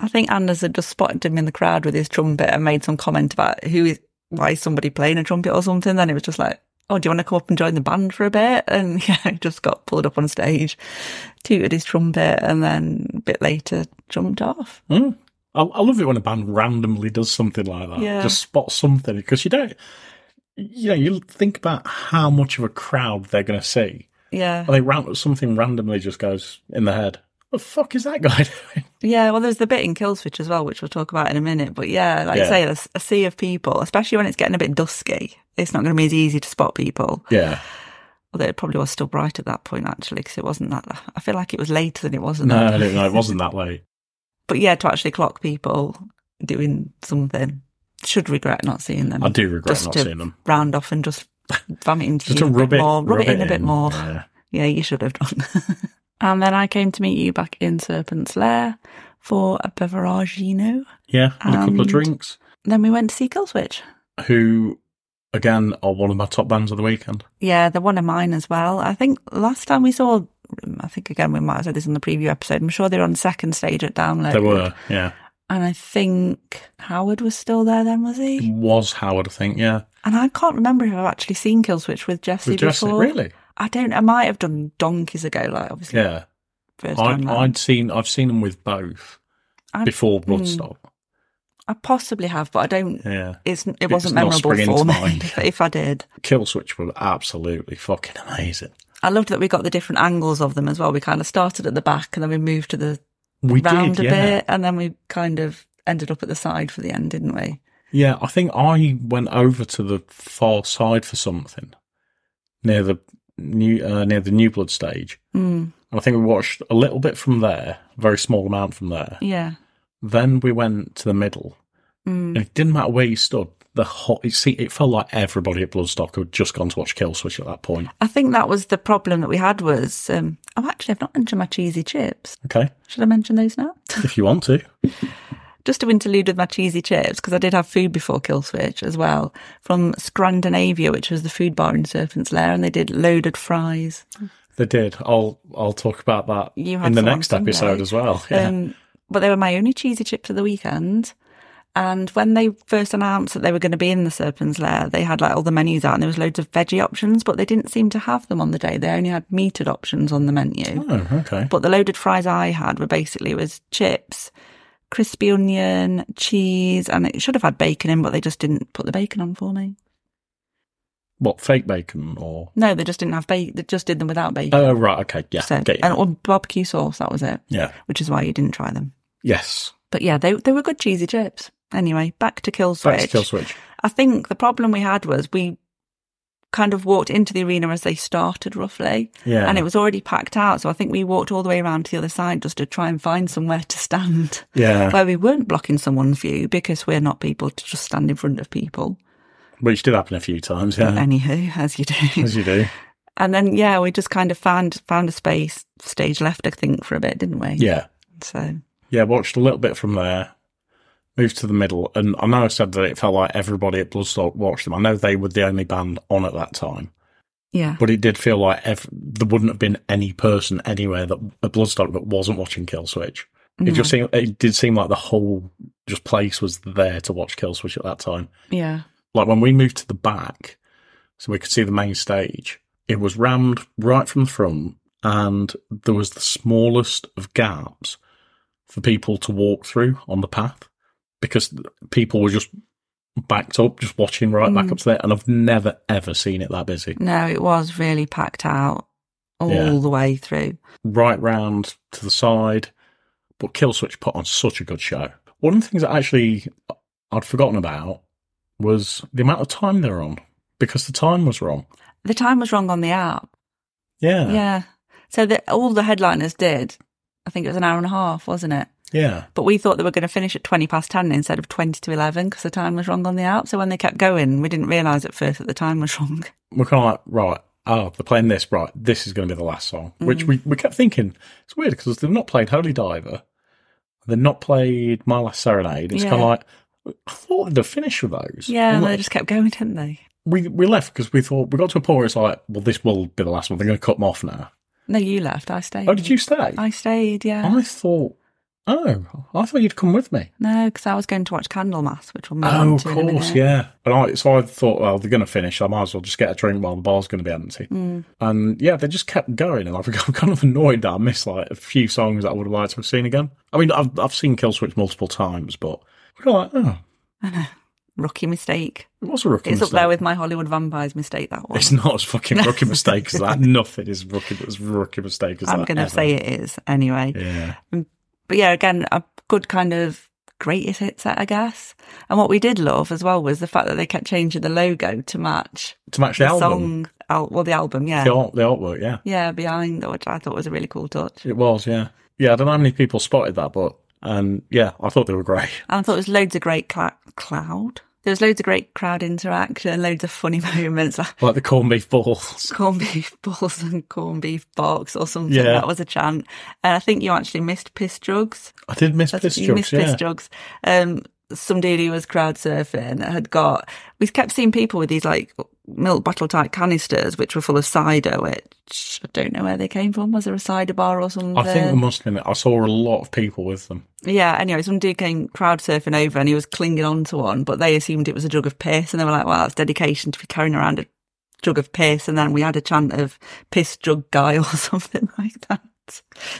B: I think Anders had just spotted him in the crowd with his trumpet and made some comment about who is why is somebody playing a trumpet or something. Then it was just like, oh, do you want to come up and join the band for a bit? And yeah, he just got pulled up on stage, tooted his trumpet, and then a bit later jumped off.
A: Mm. I, I love it when a band randomly does something like that.
B: Yeah.
A: Just spot something, because you don't, you know, you think about how much of a crowd they're going to see.
B: Yeah.
A: And they ran, something randomly just goes in the head. What the fuck is that guy doing?
B: Yeah, well, there's the bit in Killswitch as well, which we'll talk about in a minute. But yeah, like
A: Yeah.
B: you say, there's a sea of people, especially when it's getting a bit dusky. It's not going to be as easy to spot people.
A: Yeah.
B: Although it probably was still bright at that point, actually, because it wasn't that. I feel like it was later than it was. at
A: No,
B: that
A: I don't
B: point.
A: know. It wasn't that late.
B: But yeah, to actually clock people doing something, should regret not seeing them.
A: I do regret
B: Just
A: not
B: to
A: seeing them.
B: round off and just vomit into
A: Just to
B: you a bit
A: rub it,
B: more, rub, it in, a bit more.
A: Yeah.
B: Yeah, you should have done. and then I came to meet you back in Serpent's Lair for a beveragino.
A: Yeah, and a couple of
B: And-
A: drinks.
B: Then we went to see Killswitch.
A: Who, again, are one of my top bands of the weekend.
B: Yeah, the one of mine as well. I think last time we saw, I think again we might have said this in the preview episode. I'm sure they were on second stage at Download.
A: They were, yeah.
B: and I think Howard was still there then, was
A: It
B: he?
A: was Howard, I think, yeah.
B: And I can't remember if I've actually seen Killswitch with Jesse
A: With Jesse,
B: before.
A: really?
B: I don't. I might have done donkeys ago, like obviously
A: Yeah.
B: first
A: I,
B: time. round.
A: I'd seen, I've seen them with both
B: I-
A: before
B: hmm.
A: Bloodstock.
B: I possibly have, but I don't.
A: Yeah.
B: It's it
A: It's
B: wasn't
A: not
B: memorable
A: springing to
B: for me.
A: mind.
B: If, if I did,
A: Killswitch were absolutely fucking amazing.
B: I loved that we got the different angles of them as well. We kind of started at the back and then we moved to the
A: We
B: round
A: did,
B: a
A: yeah.
B: bit, and then we kind of ended up at the side for the end, didn't we?
A: Yeah, I think I went over to the far side for something near the new uh, near the New Blood stage.
B: Mm,
A: And I think we watched a little bit from there, a very small amount from there.
B: yeah.
A: Then we went to the middle,
B: Mm.
A: and it didn't matter where you stood. The hot, see, it felt like everybody at Bloodstock had just gone to watch Killswitch at that point.
B: I think that was the problem that we had was um, oh actually I've not mentioned my cheesy chips.
A: Okay,
B: Should I mention those now?
A: if you want to,
B: Just to interlude with my cheesy chips because I did have food before Killswitch as well from Scandinavia, which was the food bar in Serpent's Lair, and they did loaded fries.
A: they did. I'll I'll talk about that
B: You had
A: in the
B: some on
A: next
B: Sunday.
A: episode as well. Yeah.
B: Um, but they were my only cheesy chips of the weekend. And when they first announced that they were going to be in the Serpent's Lair, they had like all the menus out and there was loads of veggie options, but they didn't seem to have them on the day. They only had meated options on the menu.
A: oh, okay.
B: But the loaded fries I had were basically it was chips, crispy onion, cheese, and it should have had bacon in, but they just didn't put the bacon on for me.
A: What fake bacon or?
B: No, they just didn't have bacon. They just did them without bacon.
A: Oh right, okay, yeah,
B: so,
A: get you.
B: and or barbecue sauce, that was it,
A: yeah,
B: which is why you didn't try them.
A: yes.
B: But yeah, they they were good cheesy chips. Anyway, back to Killswitch.
A: Back to Killswitch.
B: I think the problem we had was we kind of walked into the arena as they started roughly.
A: Yeah.
B: And it was already packed out. So I think we walked all the way around to the other side just to try and find somewhere to stand
A: Yeah,
B: where we weren't blocking someone's view because we're not people to just stand in front of people.
A: which did happen a few times. Yeah,
B: Anywho, as you do.
A: as you do.
B: And then yeah, we just kind of found found a space, stage left, I think, for a bit, didn't we?
A: Yeah,
B: So
A: yeah. Watched a little bit from there, moved to the middle, and I know I said that it felt like everybody at Bloodstock watched them. I know they were the only band on at that time,
B: yeah.
A: but it did feel like ev- there wouldn't have been any person anywhere that at Bloodstock that wasn't watching Killswitch. It just seemed it did seem like the whole just place was there to watch Killswitch at that time.
B: Mm-hmm. Yeah.
A: like when we moved to the back so we could see the main stage it was rammed right from the front and there was the smallest of gaps for people to walk through on the path because th- people were just backed up just watching right back up to there and i've never ever seen it that busy
B: No, it was really packed out all
A: Yeah.
B: the way through.
A: right round to the side but killswitch put on such a good show one of the things that actually i'd forgotten about was the amount of time they were on because the time was wrong
B: the time was wrong on the app.
A: Yeah. Yeah.
B: Yeah. So that all the headliners did, I think it was an hour and a half, wasn't it?
A: Yeah.
B: But we thought they were going to finish at 20 past 10 instead of 20 to 11 because the time was wrong on the app. So when they kept going, we didn't realise at first that the time was wrong.
A: We're kind of like, right, oh, they're playing this, right, this is going to be the last song,
B: Mm.
A: which we, we kept thinking, it's weird because they've not played Holy Diver. They've not played My Last Serenade. It's kind
B: Yeah.
A: of like, I thought they'd finish with those.
B: Yeah,
A: And
B: and they
A: like,
B: just kept going, didn't they?
A: we, we left because we thought, we got to a point where it's like, well, this will be the last one. They're going to cut them off now.
B: No, you left. I stayed.
A: Oh, did you stay?
B: I uh, stayed, yeah.
A: I thought, oh, I thought you'd come with me.
B: No, because I was going to watch Candlemas, which we'll move
A: Oh,
B: on
A: of
B: to in a
A: course,
B: minute.
A: yeah. And I, so I thought, well, they're going to finish. I might as well just get a drink while the bar's going to be empty.
B: Hmm.
A: And yeah, they just kept going. And I've I'm kind of annoyed that I missed like a few songs that I would have liked to have seen again. I mean, I've, I've seen Killswitch multiple times, but we're like, oh,
B: Rookie mistake.
A: it was a rookie
B: It's
A: mistake.
B: up there with my Hollywood vampires mistake. That one.
A: it's not as fucking rookie mistake as that. Nothing is rookie as rookie mistake as
B: I'm
A: that.
B: going to
A: ever.
B: say it is anyway.
A: Yeah.
B: But yeah, again, a good kind of greatest hit set, I guess. And what we did love as well was the fact that they kept changing the logo to match
A: To match the,
B: the
A: album,
B: song. Al- well, the album, yeah,
A: the, art, the artwork, yeah.
B: yeah, behind that, which I thought was a really cool touch.
A: It was, yeah. Yeah, I don't know how many people spotted that, but um, yeah, I thought they were great.
B: And I thought there was loads of great cla cloud. There was loads of great crowd interaction, loads of funny moments like
A: Like the corned beef balls.
B: corned beef balls and corned beef box or something.
A: Yeah.
B: That was a chant. And I think you actually missed piss drugs.
A: I did miss
B: That's-
A: piss
B: you
A: jugs,
B: missed
A: yeah.
B: piss jugs. Um, some dude who was crowd surfing had got. We kept seeing people with these like milk bottle type canisters, which were full of cider. Which I don't know where they came from. Was there a cider bar or something?
A: I think the Muslim, I saw a lot of people with them.
B: yeah. Anyway, some dude came crowd surfing over, and he was clinging on to one, but they assumed it was a jug of piss, and they were like, "Well, that's dedication to be carrying around a jug of piss." And then we had a chant of "piss jug guy" or something like that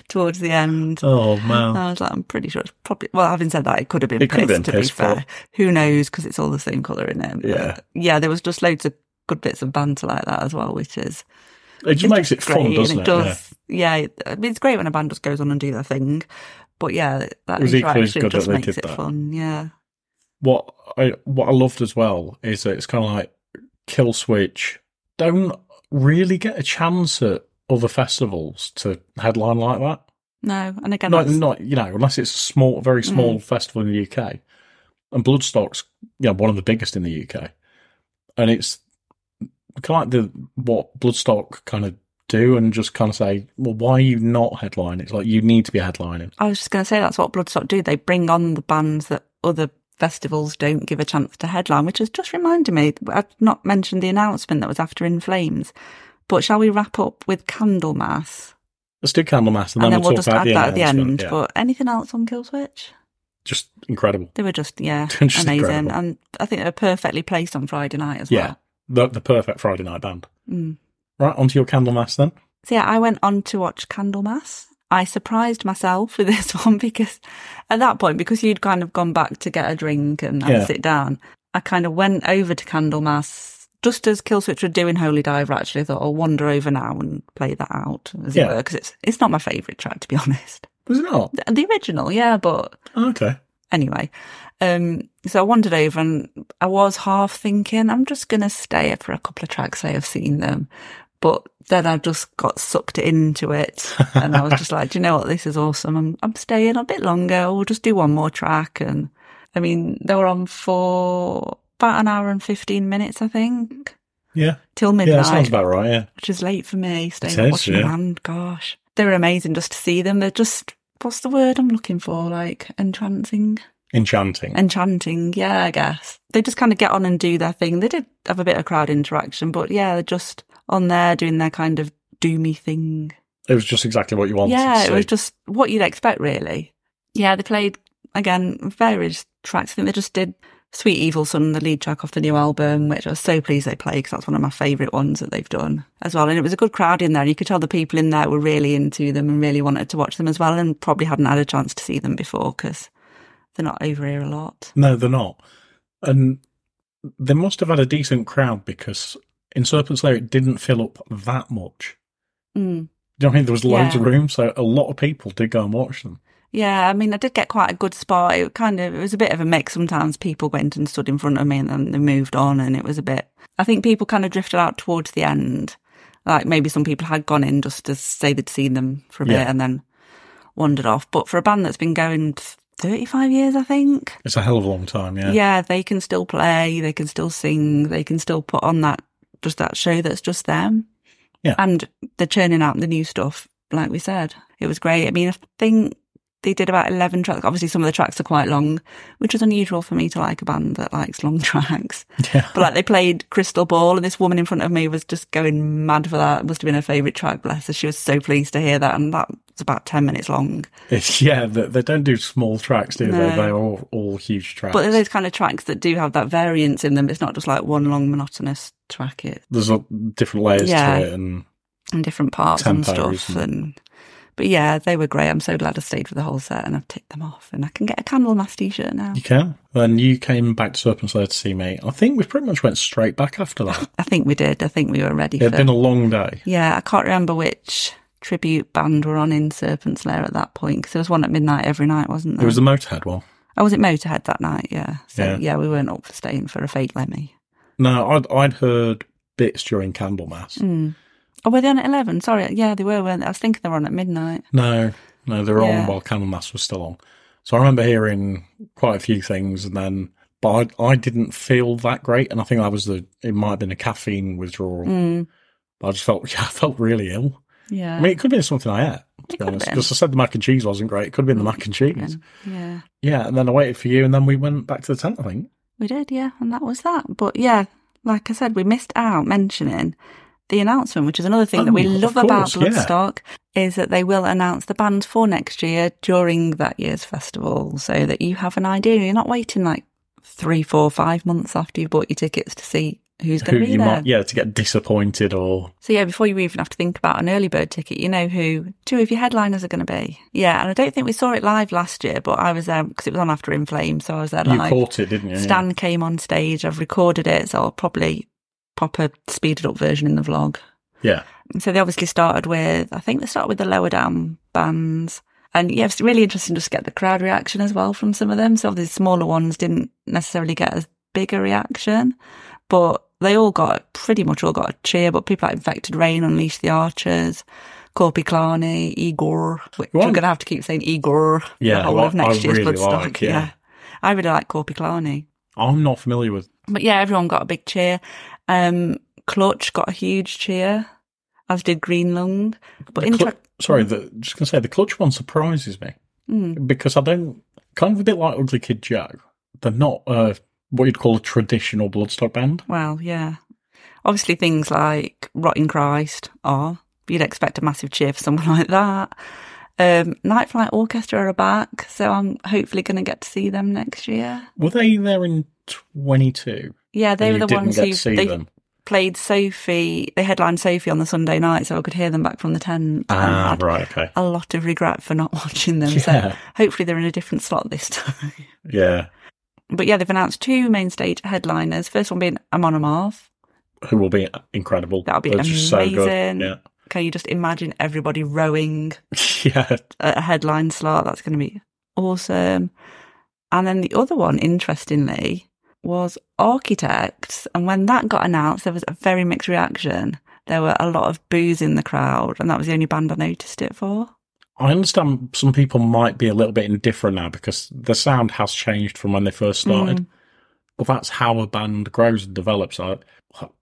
B: towards the end.
A: Oh, man.
B: I was like, I'm pretty sure it's probably. Well, having said that, it could have been
A: It could
B: piss,
A: have been
B: to
A: piss,
B: be fair.
A: but-
B: Who knows? Because it's all the same colour in it. But,
A: Yeah.
B: Yeah, there was just loads of good bits of banter like that as well, which is.
A: it just
B: it's
A: makes it
B: just great,
A: fun,
B: and
A: doesn't it?
B: does. Yeah. I mean, it's great when a band just goes on and do their thing. But yeah, that
A: It was equally as
B: interaction
A: good that
B: just
A: they
B: makes
A: did
B: it
A: that.
B: fun. Yeah.
A: What I what I loved as well is that it's kind of like Kill Switch don't really get a chance at other festivals to headline like that.
B: No, and again,
A: Not,
B: that's- Mm.
A: not you know, unless it's a small, very small festival in the UK, and Bloodstock's you know one of the biggest in the UK, and it's kind of like the what Bloodstock kind of do and just kind of say, well, why are you not headlining? It's like you need to be headlining.
B: I was just going to say that's what Bloodstock do. They bring on the bands that other festivals don't give a chance to headline, which has just reminded me, I've not mentioned the announcement that was after In Flames. But shall we wrap up with Candlemas?
A: Let's do Candlemass, and,
B: And
A: then
B: then
A: we'll,
B: we'll
A: talk
B: just
A: about
B: add
A: the
B: that at the
A: announcement.
B: end.
A: Yeah.
B: But anything else on Killswitch?
A: just incredible.
B: They were just, yeah,
A: Just
B: amazing.
A: incredible.
B: And I think they were perfectly placed on Friday night as
A: Yeah, the,
B: well.
A: the perfect Friday night band.
B: Mm.
A: Right, onto your Candlemass then.
B: So yeah, I went on to watch Candlemas. I surprised myself with this one because at that point, because you'd kind of gone back to get a drink and, and
A: Yeah.
B: sit down, I kind of went over to Candlemas just as Killswitch were doing Holy Diver. Actually, I thought I'll wander over now and play that out as
A: Yeah.
B: it were because it's it's not my favourite track to be honest.
A: Was it not? Oh,
B: The, the original, yeah, but
A: Okay.
B: anyway. Um, so I wandered over and I was half thinking, I'm just going to stay for a couple of tracks. so I've seen them. But then I just got sucked into it. And I was just like, do you know what? This is awesome. I'm, I'm staying a bit longer. We'll just do one more track. And I mean, they were on for about an hour and 15 minutes, I think,
A: Yeah.
B: till
A: Yeah, that
B: midnight
A: sounds about right. Yeah.
B: which is late for me. Staying
A: It
B: up
A: is,
B: watching
A: yeah.
B: a band, gosh, they were amazing just to see them. They're just what's the word I'm looking for? Like entrancing,
A: Enchanting.
B: enchanting. Yeah, I guess they just kind of get on and do their thing. They did have a bit of crowd interaction, but yeah, they're just on there doing their kind of doomy thing.
A: it was just exactly what you wanted.
B: yeah,
A: to
B: it
A: see.
B: was just what you'd expect, really. Yeah, they played again various tracks. I think they just did. Sweet Evil Son, the lead track off the new album, which I was so pleased they played because that's one of my favourite ones that they've done as well. And it was a good crowd in there. You could tell the people in there were really into them and really wanted to watch them as well and probably hadn't had a chance to see them before because they're not over here a lot.
A: No, they're not. And they must have had a decent crowd because in Serpent's Lair it didn't fill up that much.
B: Mm.
A: Do you know what I mean? There was loads
B: Yeah.
A: of room, so a lot of people did go and watch them.
B: Yeah, I mean, I did get quite a good spot. It kind of it was a bit of a mix. Sometimes people went and stood in front of me, and then they moved on, and it was a bit. I think people kind of drifted out towards the end. Like maybe some people had gone in just to say they'd seen them for a
A: Yeah.
B: bit, and then wandered off. But for a band that's been going thirty-five years, I think,
A: It's a hell of a long time, yeah.
B: yeah. they can still play, they can still sing, they can still put on that just that show that's just them.
A: Yeah.
B: And they're churning out the new stuff, like we said. It was great. I mean, I think they did about eleven tracks. Obviously some of the tracks are quite long, which is unusual for me to like a band that likes long tracks.
A: Yeah.
B: But like they played Crystal Ball and this woman in front of me was just going mad for that. It must have been her favourite track, bless her. She was so pleased to hear that and that was about ten minutes long.
A: It's, yeah, they, they don't do small tracks, do they?
B: No.
A: They're all, all huge tracks.
B: But they're those kind of tracks that do have that variance in them. It's not just like one long monotonous track. It
A: There's a, different layers
B: Yeah.
A: to it, and
B: and different parts and
A: Tempos
B: stuff.
A: and-
B: And but yeah, they were great. I'm so glad I stayed for the whole set and I've ticked them off. And I can get a Candlemass t-shirt now.
A: you can. Then you came back to Serpent Slayer to see me. I think we pretty much went straight back after that.
B: I think we did. I think we were ready
A: it had
B: for.
A: been a long day.
B: yeah, I can't remember which tribute band were on in Serpent Slayer at that point because there was one at midnight every night, wasn't
A: It
B: there?
A: was the Motorhead one.
B: I was at Motorhead that night. Yeah. So
A: Yeah.
B: yeah. we weren't up for staying for a fake Lemmy.
A: No, I'd, I'd heard bits during Candlemas.
B: Oh, were they on at eleven? Sorry, yeah, they were. Weren't they? I was thinking they were on at midnight.
A: No, no, they were on
B: Yeah.
A: while Candlemas was still on. So I remember hearing quite a few things, and then, but I, I didn't feel that great, and I think I was the. It might have been a caffeine withdrawal.
B: Mm,
A: I just felt, I felt really ill.
B: yeah.
A: I mean, it could have been something I ate, to
B: It
A: be
B: could have
A: honest.
B: been. Mm,
A: Because I said the mac and cheese wasn't great. It could have been the mac and cheese.
B: yeah.
A: Yeah, and then I waited for you, and then we went back to the tent, I think.
B: We did, yeah, and that was that. But yeah, like I said, we missed out mentioning the announcement, which is another thing that we
A: Oh, of
B: love about
A: course, yeah.
B: Bloodstock is that they will announce the band for next year during that year's festival, so that you have an idea. You're not waiting like three, four, five months after you bought your tickets to see who's
A: Who
B: going to be
A: you
B: there.
A: might, yeah, to get disappointed or.
B: So yeah, before you even have to think about an early bird ticket, you know who two of your headliners are going to be. Yeah, and I don't think we saw it live last year, but I was there because it was on after In Flames, so I was there
A: You
B: live.
A: caught it, didn't you? Yeah.
B: Stan came on stage. I've recorded it, so I'll probably pop a speeded up version in the vlog.
A: Yeah.
B: So they obviously started with, I think they started with the lower down bands. And yeah, it's really interesting just to get the crowd reaction as well from some of them. So the smaller ones didn't necessarily get as big a reaction, but they all got, pretty much all got a cheer. But people like Infected Rain, Unleash the Archers, Corpy Clarney, Igor, which
A: Go
B: we're
A: on.
B: going to have to keep saying Igor
A: Yeah,
B: the whole
A: I-
B: of next
A: I
B: year's
A: really
B: Bloodstock.
A: like, yeah.
B: I really like Corpy Clarney
A: I'm not familiar with.
B: but yeah, everyone got a big cheer. Um, Clutch got a huge cheer, as did Green Lung. But
A: the
B: inter-
A: clu- sorry, the, just going to say, the clutch one surprises me
B: Mm.
A: because I don't. Kind of a bit like Ugly Kid Joe. They're not uh, what you'd call a traditional Bloodstock band.
B: well, yeah, obviously things like Rotting Christ are. You'd expect a massive cheer for someone like that. Um, Night Flight Orchestra are back, so I'm hopefully going to get to see them next year.
A: Were they there in 22?
B: Yeah, they
A: And
B: were
A: you
B: the
A: didn't
B: ones
A: get
B: who
A: to see
B: they
A: them.
B: played Sophie. They headlined Sophie on the Sunday night, so I could hear them back from the tent. and
A: Ah,
B: had
A: right, okay.
B: A lot of regret for not watching them.
A: Yeah.
B: So hopefully they're in a different slot this time.
A: Yeah.
B: But yeah, they've announced two main stage headliners. First one being Amon Amarth.
A: Who will be incredible.
B: That'll be
A: They're just so good.
B: amazing. Can you just imagine everybody rowing
A: Yeah. yeah.
B: at a headline slot? That's going to be awesome. And then the other one, interestingly, was Architects. And when that got announced, there was a very mixed reaction. There were a lot of boos in the crowd, and that was the only band I noticed it for.
A: I understand some people might be a little bit indifferent now because the sound has changed from when they first started. But that's how a band grows and develops. I,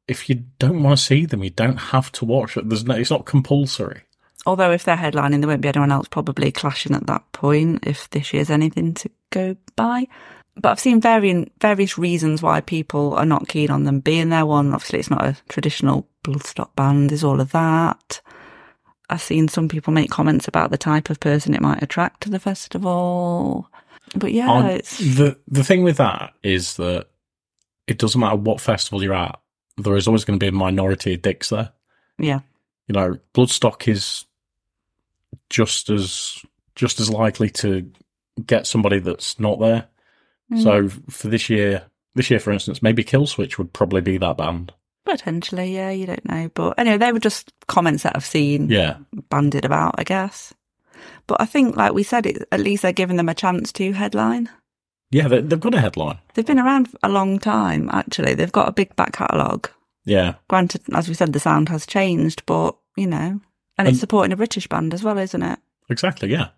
A: if you don't want to see them, you don't have to watch it. There's no, it's not compulsory.
B: Although if they're headlining, there won't be anyone else probably clashing at that point if this year's anything to go by. But I've seen varying various reasons why people are not keen on them being there. One, obviously, it's not a traditional bloodstock band. There's all of that. I've seen some people make comments about the type of person it might attract to the festival. But yeah,
A: On-
B: it's
A: the the thing with that is that it doesn't matter what festival you're at, there is always going to be a minority of dicks there.
B: yeah,
A: you know, Bloodstock is just as just as likely to get somebody that's not there. So for this year, this year, for instance, maybe Killswitch would probably be that band.
B: potentially. Yeah, you don't know. But anyway, they were just comments that I've seen
A: Yeah,
B: banded about, I guess. But I think, like we said, it, at least they're giving them a chance to headline.
A: Yeah, they, they've got a headline.
B: They've been around a long time, actually. They've got a big back catalogue.
A: Yeah,
B: Granted, as we said, the sound has changed, but, you know, and
A: And-
B: it's supporting a British band as well, isn't it?
A: exactly. Yeah.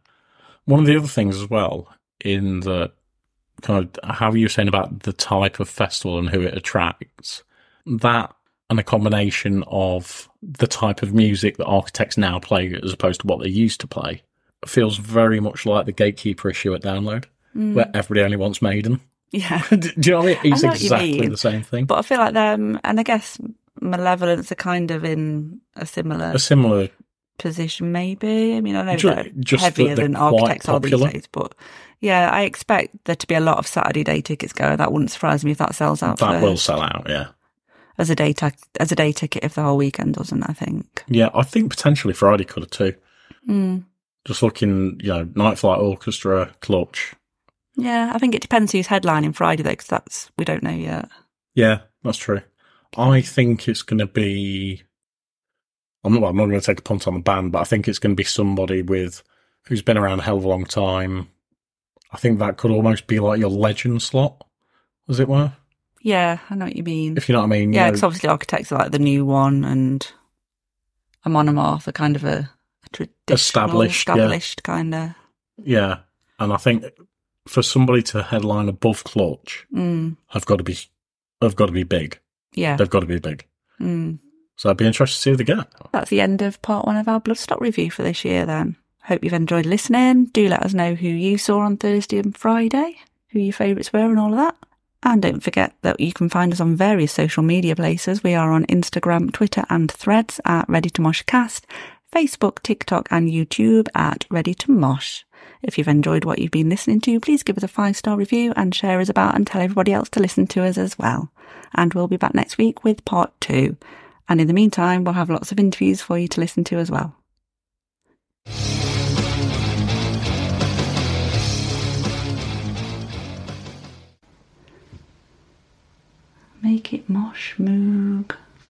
A: One of the other things as well in the kind of how you were saying about the type of festival and who it attracts, that and a combination of the type of music that architects now play as opposed to what they used to play feels very much like the gatekeeper issue at Download, where everybody only wants Maiden.
B: Yeah.
A: Do you know what I mean? It's
B: Mm. know what you
A: exactly
B: mean.
A: the same thing.
B: But I feel like them, and I guess Malevolence are kind of in a similar
A: a similar
B: position, maybe. I mean, I know
A: Ju-
B: they're
A: just that
B: heavier
A: they're
B: than
A: quite
B: architects are these
A: popular.
B: days, but yeah, I expect there to be a lot of Saturday day tickets going. That wouldn't surprise me if that sells out
A: that
B: first.
A: will sell out. Yeah,
B: as a day tac as a day ticket if the whole weekend doesn't. I think.
A: yeah. I think potentially Friday could have too.
B: Mm.
A: Just looking, you know, Night Flight Orchestra, Clutch.
B: Yeah, I think it depends who's headlining Friday though, because that's we don't know yet.
A: Yeah, that's true. I think it's going to be. I'm not. I'm not going to take a punt on the band, but I think it's going to be somebody with who's been around a hell of a long time. I think that could almost be like your legend slot, as it were.
B: Yeah, I know what you mean.
A: If you know what I mean. you
B: yeah,
A: know,
B: because obviously architects are like the new one, and a monomath are kind of a, a traditional,
A: Established, yeah.
B: established kind of.
A: yeah. And I think for somebody to headline above Clutch,
B: Mm,
A: I've got to be, I've got to be big.
B: yeah.
A: They've got to be big.
B: Mm.
A: So I'd be interested to see who they get.
B: That's the end of part one of our Bloodstock review for this year. Then hope you've enjoyed listening. Do let us know who you saw on Thursday and Friday, who your favourites were, and all of that. And don't forget that you can find us on various social media places. We are on Instagram, Twitter, and Threads at Ready to Mosh Cast, Facebook, TikTok, and YouTube at Ready to Mosh. If you've enjoyed what you've been listening to, please give us a five star review and share us about and tell everybody else to listen to us as well. And we'll be back next week with part two. And in the meantime, we'll have lots of interviews for you to listen to as well. Make it mosh moog.